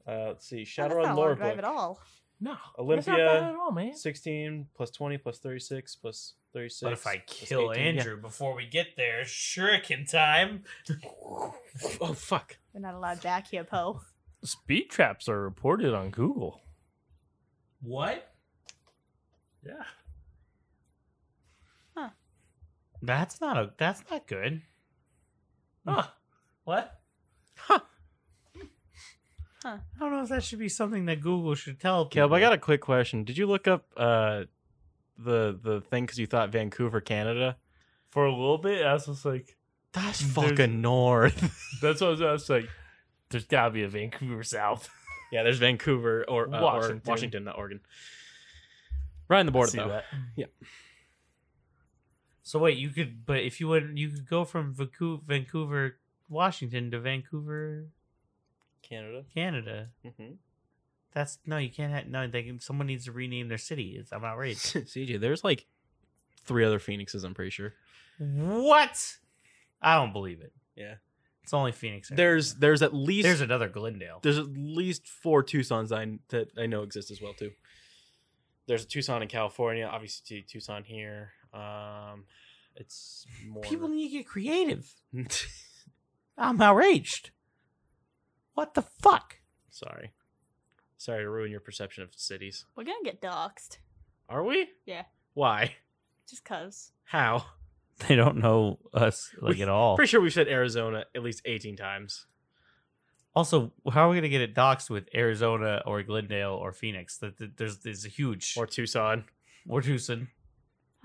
[SPEAKER 4] Uh, let's see,
[SPEAKER 2] Oh, that's not
[SPEAKER 4] Shadowrun
[SPEAKER 2] a long
[SPEAKER 4] lore
[SPEAKER 2] drive at
[SPEAKER 4] book.
[SPEAKER 2] all.
[SPEAKER 1] No, that's not
[SPEAKER 4] Olympia-
[SPEAKER 1] bad at all, man.
[SPEAKER 4] Sixteen plus twenty plus thirty six plus thirty six.
[SPEAKER 3] What if I kill
[SPEAKER 4] 18, yeah.
[SPEAKER 3] Andrew before we get there? Shuriken time.
[SPEAKER 4] *laughs* Oh fuck!
[SPEAKER 2] We're not allowed back here, Poe.
[SPEAKER 1] Speed traps are reported on Google.
[SPEAKER 3] What?
[SPEAKER 1] Yeah.
[SPEAKER 3] That's not a that's not good.
[SPEAKER 4] Hmm.
[SPEAKER 3] Huh. What?
[SPEAKER 2] Huh.
[SPEAKER 3] I don't know if that should be something that Google should tell.
[SPEAKER 4] Caleb, I
[SPEAKER 3] people.
[SPEAKER 4] got a quick question. Did you look up uh, the the thing because you thought Vancouver, Canada?
[SPEAKER 1] For a little bit, I was just like,
[SPEAKER 4] That's
[SPEAKER 1] There's-
[SPEAKER 4] fucking *laughs* north.
[SPEAKER 1] that's what I was, I was like. There's gotta be a Vancouver South. *laughs*
[SPEAKER 4] yeah, there's Vancouver or uh, Washington.
[SPEAKER 1] Washington.
[SPEAKER 4] or Washington, not Oregon. Right on the border
[SPEAKER 1] See
[SPEAKER 4] though.
[SPEAKER 1] that.
[SPEAKER 3] So wait, you could, but if you would, you could go from Vancou- Vancouver, Washington to Vancouver,
[SPEAKER 4] Canada.
[SPEAKER 3] Canada.
[SPEAKER 4] Mm-hmm.
[SPEAKER 3] That's no, you can't. Have, no, they can, someone needs to rename their city. It's,
[SPEAKER 4] *laughs*
[SPEAKER 3] I'm outraged.
[SPEAKER 4] CJ, there's like three other Phoenixes. I'm pretty sure.
[SPEAKER 3] what? I don't believe it.
[SPEAKER 4] Yeah.
[SPEAKER 3] it's only Phoenix. Arizona.
[SPEAKER 4] There's there's at least
[SPEAKER 3] there's another Glendale.
[SPEAKER 4] there's at least four Tucson's I that I know exist as well too. There's a Tucson in California, obviously Tu- Tucson here. Um, it's more
[SPEAKER 3] People need to get *laughs* creative. I'm outraged. What the fuck?
[SPEAKER 4] sorry, sorry to ruin your perception of cities.
[SPEAKER 2] *laughs* We're gonna get doxxed.
[SPEAKER 4] Are we?
[SPEAKER 2] Yeah.
[SPEAKER 4] Why?
[SPEAKER 2] Just cause.
[SPEAKER 4] How?
[SPEAKER 3] They don't know us like
[SPEAKER 4] We-
[SPEAKER 3] at all.
[SPEAKER 4] Pretty sure we've said Arizona at least 18 times.
[SPEAKER 3] Also, how are we gonna get it doxxed with Arizona or Glendale or Phoenix? That that- there's there's a huge
[SPEAKER 4] Or Tucson. *laughs*
[SPEAKER 3] or Tucson.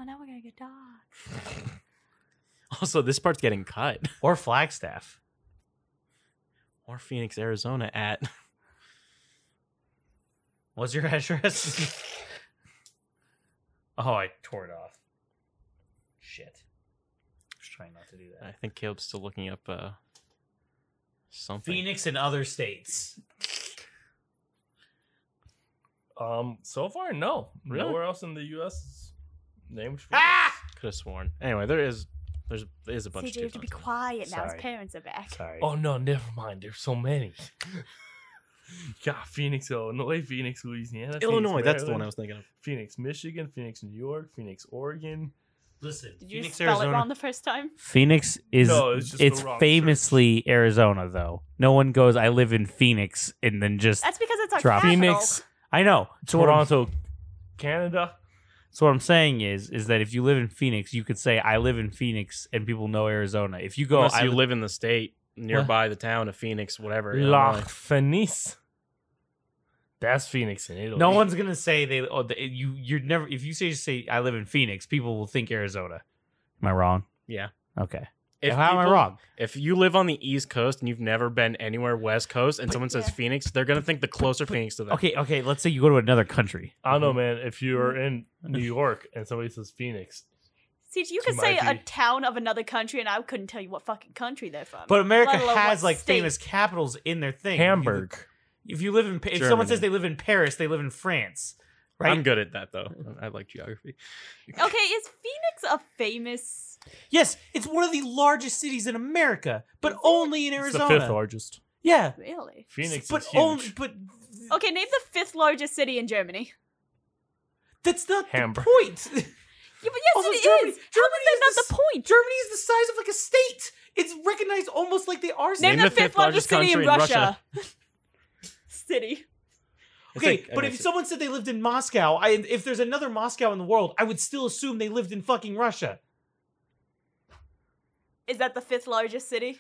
[SPEAKER 2] Oh, now we're gonna get doxxed.
[SPEAKER 4] Also, this part's getting cut.
[SPEAKER 3] or Flagstaff.
[SPEAKER 4] Or Phoenix, Arizona at.
[SPEAKER 3] What's your *laughs* address? oh, I tore it off. Shit. I was trying not to do
[SPEAKER 4] I
[SPEAKER 3] that.
[SPEAKER 4] think Caleb's still looking up uh, something.
[SPEAKER 3] Phoenix and other states.
[SPEAKER 1] Um, so far, no.
[SPEAKER 4] Really?
[SPEAKER 1] Nowhere else in the U.S. is named. for-
[SPEAKER 3] Ah!
[SPEAKER 4] Could have sworn. Anyway, there is there's is a bunch
[SPEAKER 2] CJ,
[SPEAKER 4] of
[SPEAKER 2] you have to be
[SPEAKER 4] Tucsons.
[SPEAKER 2] quiet now.
[SPEAKER 3] Sorry.
[SPEAKER 2] His parents are back.
[SPEAKER 3] Sorry.
[SPEAKER 1] Oh no, never mind. There's so many. *laughs* Got Phoenix, Illinois, Phoenix, Louisiana, Phoenix,
[SPEAKER 4] Illinois. That's the one
[SPEAKER 1] Maryland,
[SPEAKER 4] I was thinking of.
[SPEAKER 1] Phoenix, Michigan, Phoenix, New York, Phoenix, Oregon.
[SPEAKER 3] listen.
[SPEAKER 2] Did you
[SPEAKER 3] Phoenix,
[SPEAKER 2] spell
[SPEAKER 3] Arizona.
[SPEAKER 2] it wrong the first time?
[SPEAKER 3] Phoenix is
[SPEAKER 1] No, it's just the
[SPEAKER 3] it's
[SPEAKER 1] wrong
[SPEAKER 3] famously Arizona though. No one goes I live in Phoenix and then just
[SPEAKER 2] That's because it's our
[SPEAKER 3] Drop.
[SPEAKER 2] capital.
[SPEAKER 1] Phoenix,
[SPEAKER 3] I know. So what, I'm,
[SPEAKER 1] Toronto, Canada.
[SPEAKER 3] so what I'm saying is is that if you live in Phoenix, you could say I live in Phoenix and people know Arizona. If you go
[SPEAKER 4] Unless
[SPEAKER 3] I
[SPEAKER 4] you
[SPEAKER 3] li-
[SPEAKER 4] live in the state nearby the town of Phoenix, whatever.
[SPEAKER 1] La
[SPEAKER 4] Illinois.
[SPEAKER 1] Phoenix. That's Phoenix in Italy.
[SPEAKER 3] No one's gonna say they. Oh, the, you you're never. If you say say I live in Phoenix, people will think Arizona. Am I wrong?
[SPEAKER 4] Yeah.
[SPEAKER 3] Okay.
[SPEAKER 4] If
[SPEAKER 3] How am I
[SPEAKER 4] people-
[SPEAKER 3] wrong?
[SPEAKER 4] If you live on the East Coast and you've never been anywhere West Coast, and someone says
[SPEAKER 2] Yeah.
[SPEAKER 4] Phoenix, they're gonna think the closer Phoenix to them.
[SPEAKER 3] Okay. Okay. Let's say you go to another country.
[SPEAKER 2] Uh,
[SPEAKER 1] I don't know,
[SPEAKER 3] Mm-hmm.
[SPEAKER 1] man. If you're in New York and somebody says Phoenix,
[SPEAKER 2] CJ, you
[SPEAKER 1] She
[SPEAKER 2] could
[SPEAKER 1] might
[SPEAKER 2] say a
[SPEAKER 1] be.
[SPEAKER 2] town of another country, and I couldn't tell you what fucking country they're from.
[SPEAKER 3] But America
[SPEAKER 2] Let alone
[SPEAKER 3] has
[SPEAKER 2] what
[SPEAKER 3] like
[SPEAKER 2] state.
[SPEAKER 3] famous capitals in their thing.
[SPEAKER 1] Hamburg.
[SPEAKER 3] If you live in, Pa- if someone
[SPEAKER 4] Germany.
[SPEAKER 3] says they live in Paris, they live in France, right?
[SPEAKER 4] I'm good at that though. I like geography.
[SPEAKER 2] okay, is Phoenix a famous?
[SPEAKER 3] Yes, it's one of the largest cities in America, but only in
[SPEAKER 1] It's
[SPEAKER 3] Arizona.
[SPEAKER 1] the fifth largest.
[SPEAKER 3] yeah,
[SPEAKER 2] Really?
[SPEAKER 1] Phoenix
[SPEAKER 3] but
[SPEAKER 1] is huge.
[SPEAKER 3] only but
[SPEAKER 2] Okay, name the fifth largest city in Germany.
[SPEAKER 3] That's not
[SPEAKER 1] Hamburg.
[SPEAKER 3] the point. *laughs*
[SPEAKER 2] Yeah, but yes,
[SPEAKER 3] Also,
[SPEAKER 2] it is.
[SPEAKER 3] Oh, Germany-
[SPEAKER 2] How
[SPEAKER 3] Germany
[SPEAKER 2] is that not
[SPEAKER 3] is the
[SPEAKER 2] the point?
[SPEAKER 3] Germany is the size of like a state. It's recognized almost like they are.
[SPEAKER 2] Name,
[SPEAKER 3] states.
[SPEAKER 4] Name
[SPEAKER 2] the
[SPEAKER 4] the
[SPEAKER 2] fifth
[SPEAKER 4] fifth largest
[SPEAKER 2] largest city in
[SPEAKER 4] country in Russia.
[SPEAKER 2] Russia. *laughs* city.
[SPEAKER 4] It's
[SPEAKER 3] Okay,
[SPEAKER 4] like- I
[SPEAKER 3] but
[SPEAKER 4] mean,
[SPEAKER 3] if
[SPEAKER 4] it's-
[SPEAKER 3] someone said they lived in Moscow, I if there's another Moscow in the world, I would still assume they lived in fucking Russia.
[SPEAKER 2] Is that the fifth largest city?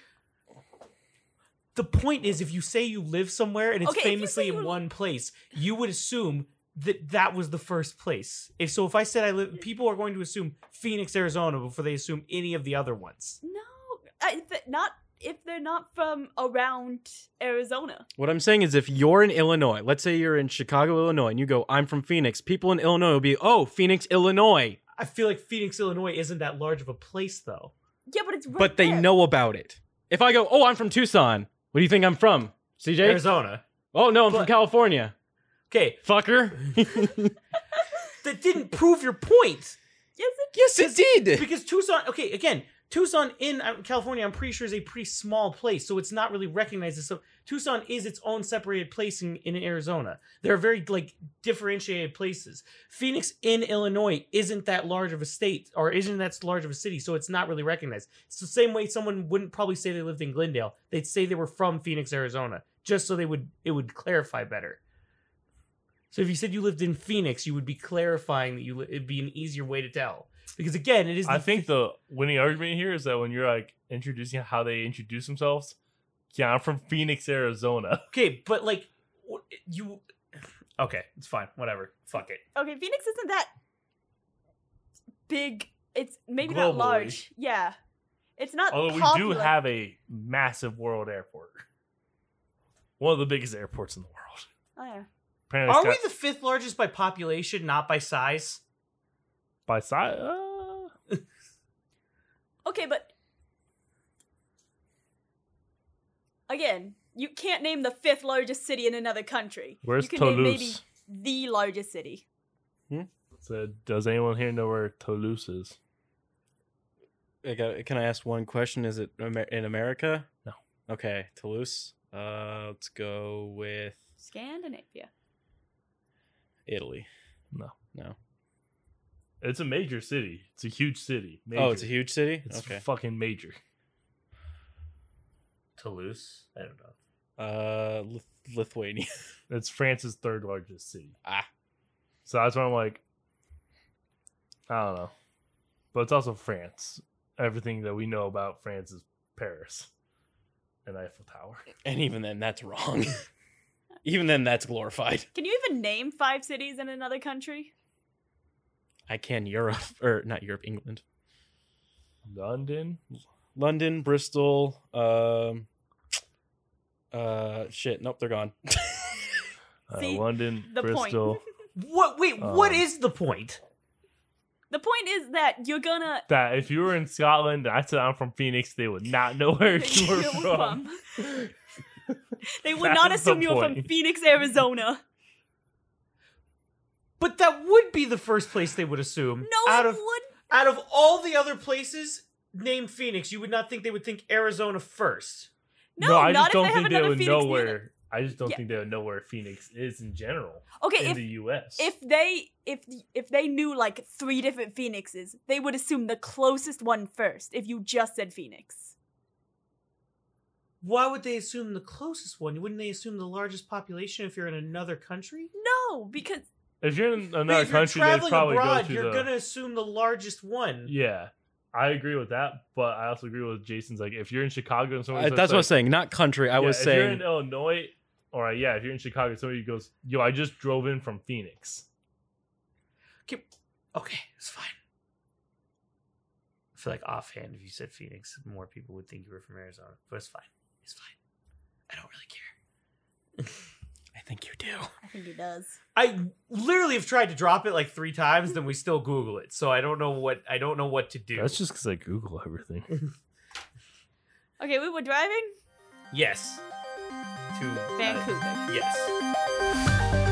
[SPEAKER 3] The point is, if you say you live somewhere and it's
[SPEAKER 2] Okay, if you say
[SPEAKER 3] famously
[SPEAKER 2] you-
[SPEAKER 3] in one place, you would assume that that was the first place. If so, if I said I live, people are going to assume Phoenix, Arizona, before they assume any of the other ones.
[SPEAKER 2] No, I, th- not if they're not from around Arizona.
[SPEAKER 4] What I'm saying is, if you're in Illinois, let's say you're in Chicago, Illinois, and you go, "I'm from Phoenix," people in Illinois will be, "Oh, Phoenix, Illinois,"
[SPEAKER 3] I feel like Phoenix, Illinois, isn't that large of a place, though.
[SPEAKER 2] Yeah, but it's right
[SPEAKER 4] but they
[SPEAKER 2] there.
[SPEAKER 4] know about it. If I go, "Oh, I'm from Tucson," what do you think I'm from? CJ?
[SPEAKER 3] Arizona.
[SPEAKER 4] oh no, I'm from
[SPEAKER 3] But-
[SPEAKER 4] California.
[SPEAKER 3] Okay,
[SPEAKER 4] Fucker.
[SPEAKER 3] that didn't prove your point.
[SPEAKER 2] Yes, it
[SPEAKER 4] *laughs* yes, it did.
[SPEAKER 3] because Tucson, okay, again, Tucson in uh, California, I'm pretty sure is a pretty small place, so it's not really recognized as so. Tucson is its own separated place in, in Arizona. They're very like differentiated places. Phoenix in Illinois isn't that large of a state or isn't that large of a city, so it's not really recognized. It's the same way someone wouldn't probably say they lived in Glendale; they'd say they were from Phoenix, Arizona, just so they would it would clarify better. So if you said you lived in Phoenix, you would be clarifying that you li- it'd be an easier way to tell. Because again, it is
[SPEAKER 1] I
[SPEAKER 3] the
[SPEAKER 1] think the winning argument here is that when you're like introducing how they introduce themselves, yeah, I'm from Phoenix, Arizona. *laughs*
[SPEAKER 3] Okay, but like wh- you. Okay, it's fine. Whatever. Fuck it.
[SPEAKER 2] Okay, Phoenix isn't that big. It's maybe
[SPEAKER 1] Globally.
[SPEAKER 2] not large. Yeah, it's not.
[SPEAKER 1] Although we do
[SPEAKER 2] popular.
[SPEAKER 1] have a massive world airport, one of the biggest airports in the world.
[SPEAKER 2] Oh, yeah.
[SPEAKER 1] Apparently,
[SPEAKER 3] Are
[SPEAKER 1] it's
[SPEAKER 3] we
[SPEAKER 1] got-
[SPEAKER 3] the fifth largest by population, not by size?
[SPEAKER 1] by size? Uh,
[SPEAKER 2] Okay, but again, you can't name the fifth largest city in another country.
[SPEAKER 1] where's
[SPEAKER 2] you can
[SPEAKER 1] Toulouse?
[SPEAKER 2] name maybe the largest city.
[SPEAKER 1] So, does anyone here know where Toulouse is?
[SPEAKER 4] I got, can I ask one question? Is it Amer- in America?
[SPEAKER 1] No.
[SPEAKER 4] Okay, Toulouse. Uh, let's go with
[SPEAKER 2] Scandinavia.
[SPEAKER 4] Italy.
[SPEAKER 1] No.
[SPEAKER 4] No.
[SPEAKER 1] It's a major city. It's a huge city. Major.
[SPEAKER 4] Oh, it's a huge city.
[SPEAKER 1] It's
[SPEAKER 4] okay.
[SPEAKER 1] fucking major.
[SPEAKER 3] Toulouse. I don't know.
[SPEAKER 4] uh, Lith- Lithuania. *laughs*
[SPEAKER 1] It's France's third largest city.
[SPEAKER 4] Ah.
[SPEAKER 1] So that's why I'm like, I don't know. But it's also France. Everything that we know about France is Paris and Eiffel
[SPEAKER 2] *laughs*
[SPEAKER 1] Tower.
[SPEAKER 4] And even then, that's wrong. *laughs* even then, that's glorified.
[SPEAKER 2] Can you even name five cities in another country?
[SPEAKER 4] I can Europe or not Europe, England,
[SPEAKER 1] London.
[SPEAKER 4] London, Bristol. Um, uh, shit. Nope, they're gone.
[SPEAKER 1] Uh,
[SPEAKER 2] See,
[SPEAKER 1] London,
[SPEAKER 2] the point.
[SPEAKER 1] Bristol.
[SPEAKER 3] What? Wait. what
[SPEAKER 1] Um,
[SPEAKER 3] is the point?
[SPEAKER 2] The point is that you're gonna.
[SPEAKER 1] That if you were in Scotland and I said I'm from Phoenix, they would not know *laughs* where
[SPEAKER 2] *laughs*
[SPEAKER 1] you were
[SPEAKER 2] You're
[SPEAKER 1] from.
[SPEAKER 2] from. they would
[SPEAKER 1] That
[SPEAKER 2] not
[SPEAKER 1] is the
[SPEAKER 2] assume you were from
[SPEAKER 1] point.
[SPEAKER 2] Phoenix,
[SPEAKER 1] *laughs*
[SPEAKER 2] Arizona.
[SPEAKER 3] But that would be the first place they would assume.
[SPEAKER 2] No,
[SPEAKER 3] Out
[SPEAKER 2] it
[SPEAKER 3] of
[SPEAKER 2] would.
[SPEAKER 3] out of all the other places named Phoenix, you would not think they would think Arizona first.
[SPEAKER 2] No,
[SPEAKER 1] I
[SPEAKER 2] not
[SPEAKER 1] just
[SPEAKER 2] if
[SPEAKER 1] don't
[SPEAKER 2] they have
[SPEAKER 1] think they
[SPEAKER 2] another
[SPEAKER 1] would
[SPEAKER 2] Phoenix.
[SPEAKER 1] know
[SPEAKER 2] near
[SPEAKER 1] where.
[SPEAKER 2] them.
[SPEAKER 1] I just don't
[SPEAKER 2] Yeah.
[SPEAKER 1] think they would know where Phoenix is in general
[SPEAKER 2] Okay,
[SPEAKER 1] in
[SPEAKER 2] if
[SPEAKER 1] the U.S.
[SPEAKER 2] if they if if they knew like three different phoenixes they would assume the closest one first if you just said phoenix
[SPEAKER 3] Why would they assume the closest one? Wouldn't they assume the largest population if you're in another country?
[SPEAKER 2] no because
[SPEAKER 1] If you're in
[SPEAKER 3] But
[SPEAKER 1] another
[SPEAKER 3] if you're
[SPEAKER 1] country, they
[SPEAKER 3] traveling
[SPEAKER 1] probably
[SPEAKER 3] abroad,
[SPEAKER 1] go to
[SPEAKER 3] you're
[SPEAKER 1] the.
[SPEAKER 3] gonna assume the largest one.
[SPEAKER 1] Yeah, I agree with that, but I also agree with Jason's. Like, if you're in Chicago and someone,
[SPEAKER 4] Uh, that's what *laughs* I was saying. Not country. I was
[SPEAKER 1] if you're
[SPEAKER 4] saying
[SPEAKER 1] in Illinois, or uh, yeah, if you're in Chicago, somebody goes, "Yo, I just drove in from Phoenix."
[SPEAKER 3] Okay, okay, it's fine. I feel like offhand, if you said Phoenix, more people would think you were from Arizona, but it's fine. It's fine. I don't really care.
[SPEAKER 4] *laughs* I think you do.
[SPEAKER 2] i think he does
[SPEAKER 3] I literally have tried to drop it like three times, then we still Google it. So I don't know what I don't know what to do.
[SPEAKER 1] just because I Google everything.
[SPEAKER 2] okay we were driving
[SPEAKER 3] yes. To uh,
[SPEAKER 2] vancouver
[SPEAKER 3] yes.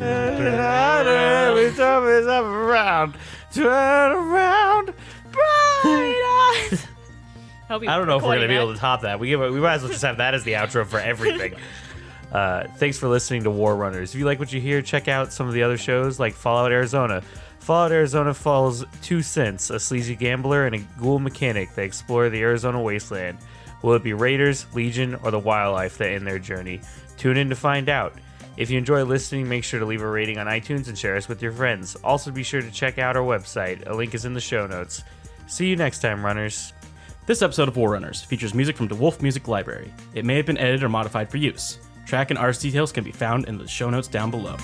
[SPEAKER 1] Every
[SPEAKER 3] time it's up *laughs* around, turn around, bright eyes.
[SPEAKER 2] hope you
[SPEAKER 3] I don't know if we're
[SPEAKER 2] recording
[SPEAKER 3] gonna be
[SPEAKER 2] that.
[SPEAKER 3] able to top that. We give, we might as well just have that as the outro
[SPEAKER 2] *laughs*
[SPEAKER 3] for everything. Uh, thanks for listening to War Runners. If you like what you hear, check out some of the other shows like Fallout Arizona. Fallout Arizona follows two synths, a sleazy gambler and a ghoul mechanic that explore the Arizona wasteland. Will it be raiders, legion, or the wildlife that end their journey? Tune in to find out. If you enjoy listening, make sure to leave a rating on iTunes and share us with your friends. Also, be sure to check out our website. A link is in the show notes. See you next time, runners.
[SPEAKER 4] This episode of War Runners features music from the Wolf Music Library. It may have been edited or modified for use. Track and artist details can be found in the show notes down below.